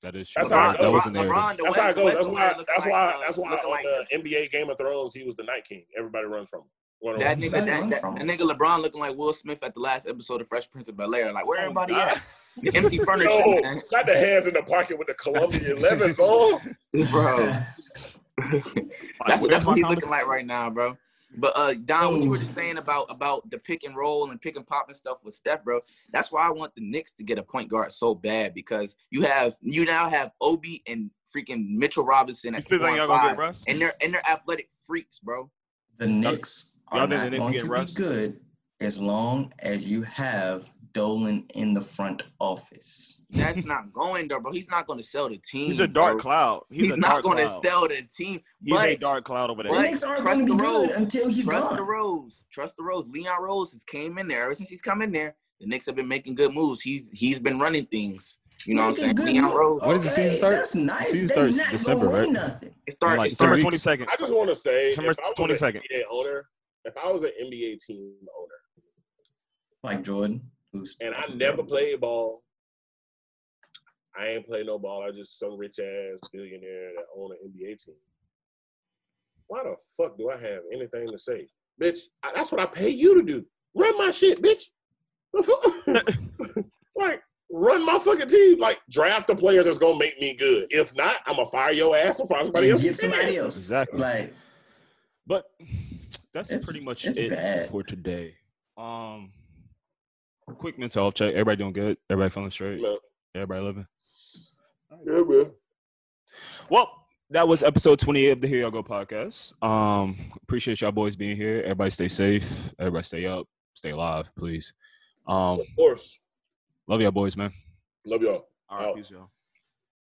A: That is true.
D: That's
A: That-
D: how it
A: that
D: goes.
A: was a narrative.
E: LeBron, the
D: That's
E: West-
D: how it
E: the
D: goes.
E: West
D: That's why.
E: player looks
D: That's
E: like,
D: why.
E: uh,
D: That's why
E: looks
D: on
E: like-
D: the NBA Game of Thrones, he was the Night King. Everybody runs from him. Run
E: That
D: away.
E: nigga,
B: Better
E: that,
B: run
E: that,
B: from
E: that
B: him.
E: nigga LeBron looking like Will Smith at the last episode of Fresh Prince of Bel Air. Like, where
F: Oh,
E: everybody
F: God.
E: at? Empty furniture,
D: No,
E: man.
D: not the hands in the pocket with the Columbia 11s on.
E: bro.
F: Like,
E: that's
F: where's my
E: that's what he's looking
F: conversation? Mm.
E: like right now, bro. But uh, Don, what you were just saying about about the pick and roll and pick and pop and stuff with Steph, bro. That's why I want the Knicks to get a point guard so bad because you have you now have Obi and freaking Mitchell Robinson
F: You
E: at
F: still
E: four
F: think y'all
E: and
F: gonna
E: five,
F: get Russ?
E: and they're and they're athletic freaks, bro.
B: The Knicks
F: y'all
B: are
F: think the
B: not
F: Knicks
B: going
F: get
B: to
F: Russ?
B: be good as long as you have Dolan in the front office.
E: That's not going there, bro. He's not going to sell the team.
F: He's a dark
E: bro.
F: cloud. He's,
E: He's,
F: a
E: not
F: dark
E: going to
F: cloud.
E: sell the team.
F: He's
E: but
F: a dark cloud over
B: The
F: there.
E: But-
B: Knicks aren't
E: Trust
B: going to
E: the
B: be good
E: road.
B: until he's
E: Trust the
B: gone.
E: Rose. Trust the Rose. Leon Rose has came in there ever since he's come in there. The Knicks have been making good moves. He's he's been running things. You know what I'm
B: Making
E: saying?
B: good
E: Leon
B: moves.
E: Rose.
A: When does the
B: Okay,
A: season start?
B: That's nice.
A: season
B: they
A: starts
B: not
A: December,
B: gonna win
A: right?
B: Nothing.
E: It
A: I'm
E: started.
A: like
E: it started.
A: three
F: December
A: weeks.
F: twenty second.
D: I just want to say,
F: September
D: if I was
F: 22nd.
D: an NBA owner, if I was an NBA team owner,
B: Like Jordan, who's
D: and I never played ball, I ain't play no ball. I just some rich ass billionaire that own an NBA team. Why the fuck do I have anything to say, bitch? I, that's what I pay you to do. Run my shit, bitch. The fuck? like run my fucking team. Like draft the players that's gonna make me good. If not, I'm gonna fire your ass and find somebody else.
B: Get somebody else.
A: Exactly.
B: Like
A: But that's
B: It's-
A: pretty much
B: it's
A: it
B: bad.
A: for today. Um, quick mental health check. Everybody doing good? Everybody feeling straight?
D: No.
A: Everybody living?
D: Yeah, man.
A: Well, that was episode 28 of the Here Y'all Go podcast. Um, appreciate y'all boys being here. Everybody stay safe. Everybody stay up. Stay alive, please. Um,
D: Of course.
A: love y'all boys, man.
D: Love y'all.
F: All right, peace, y'all.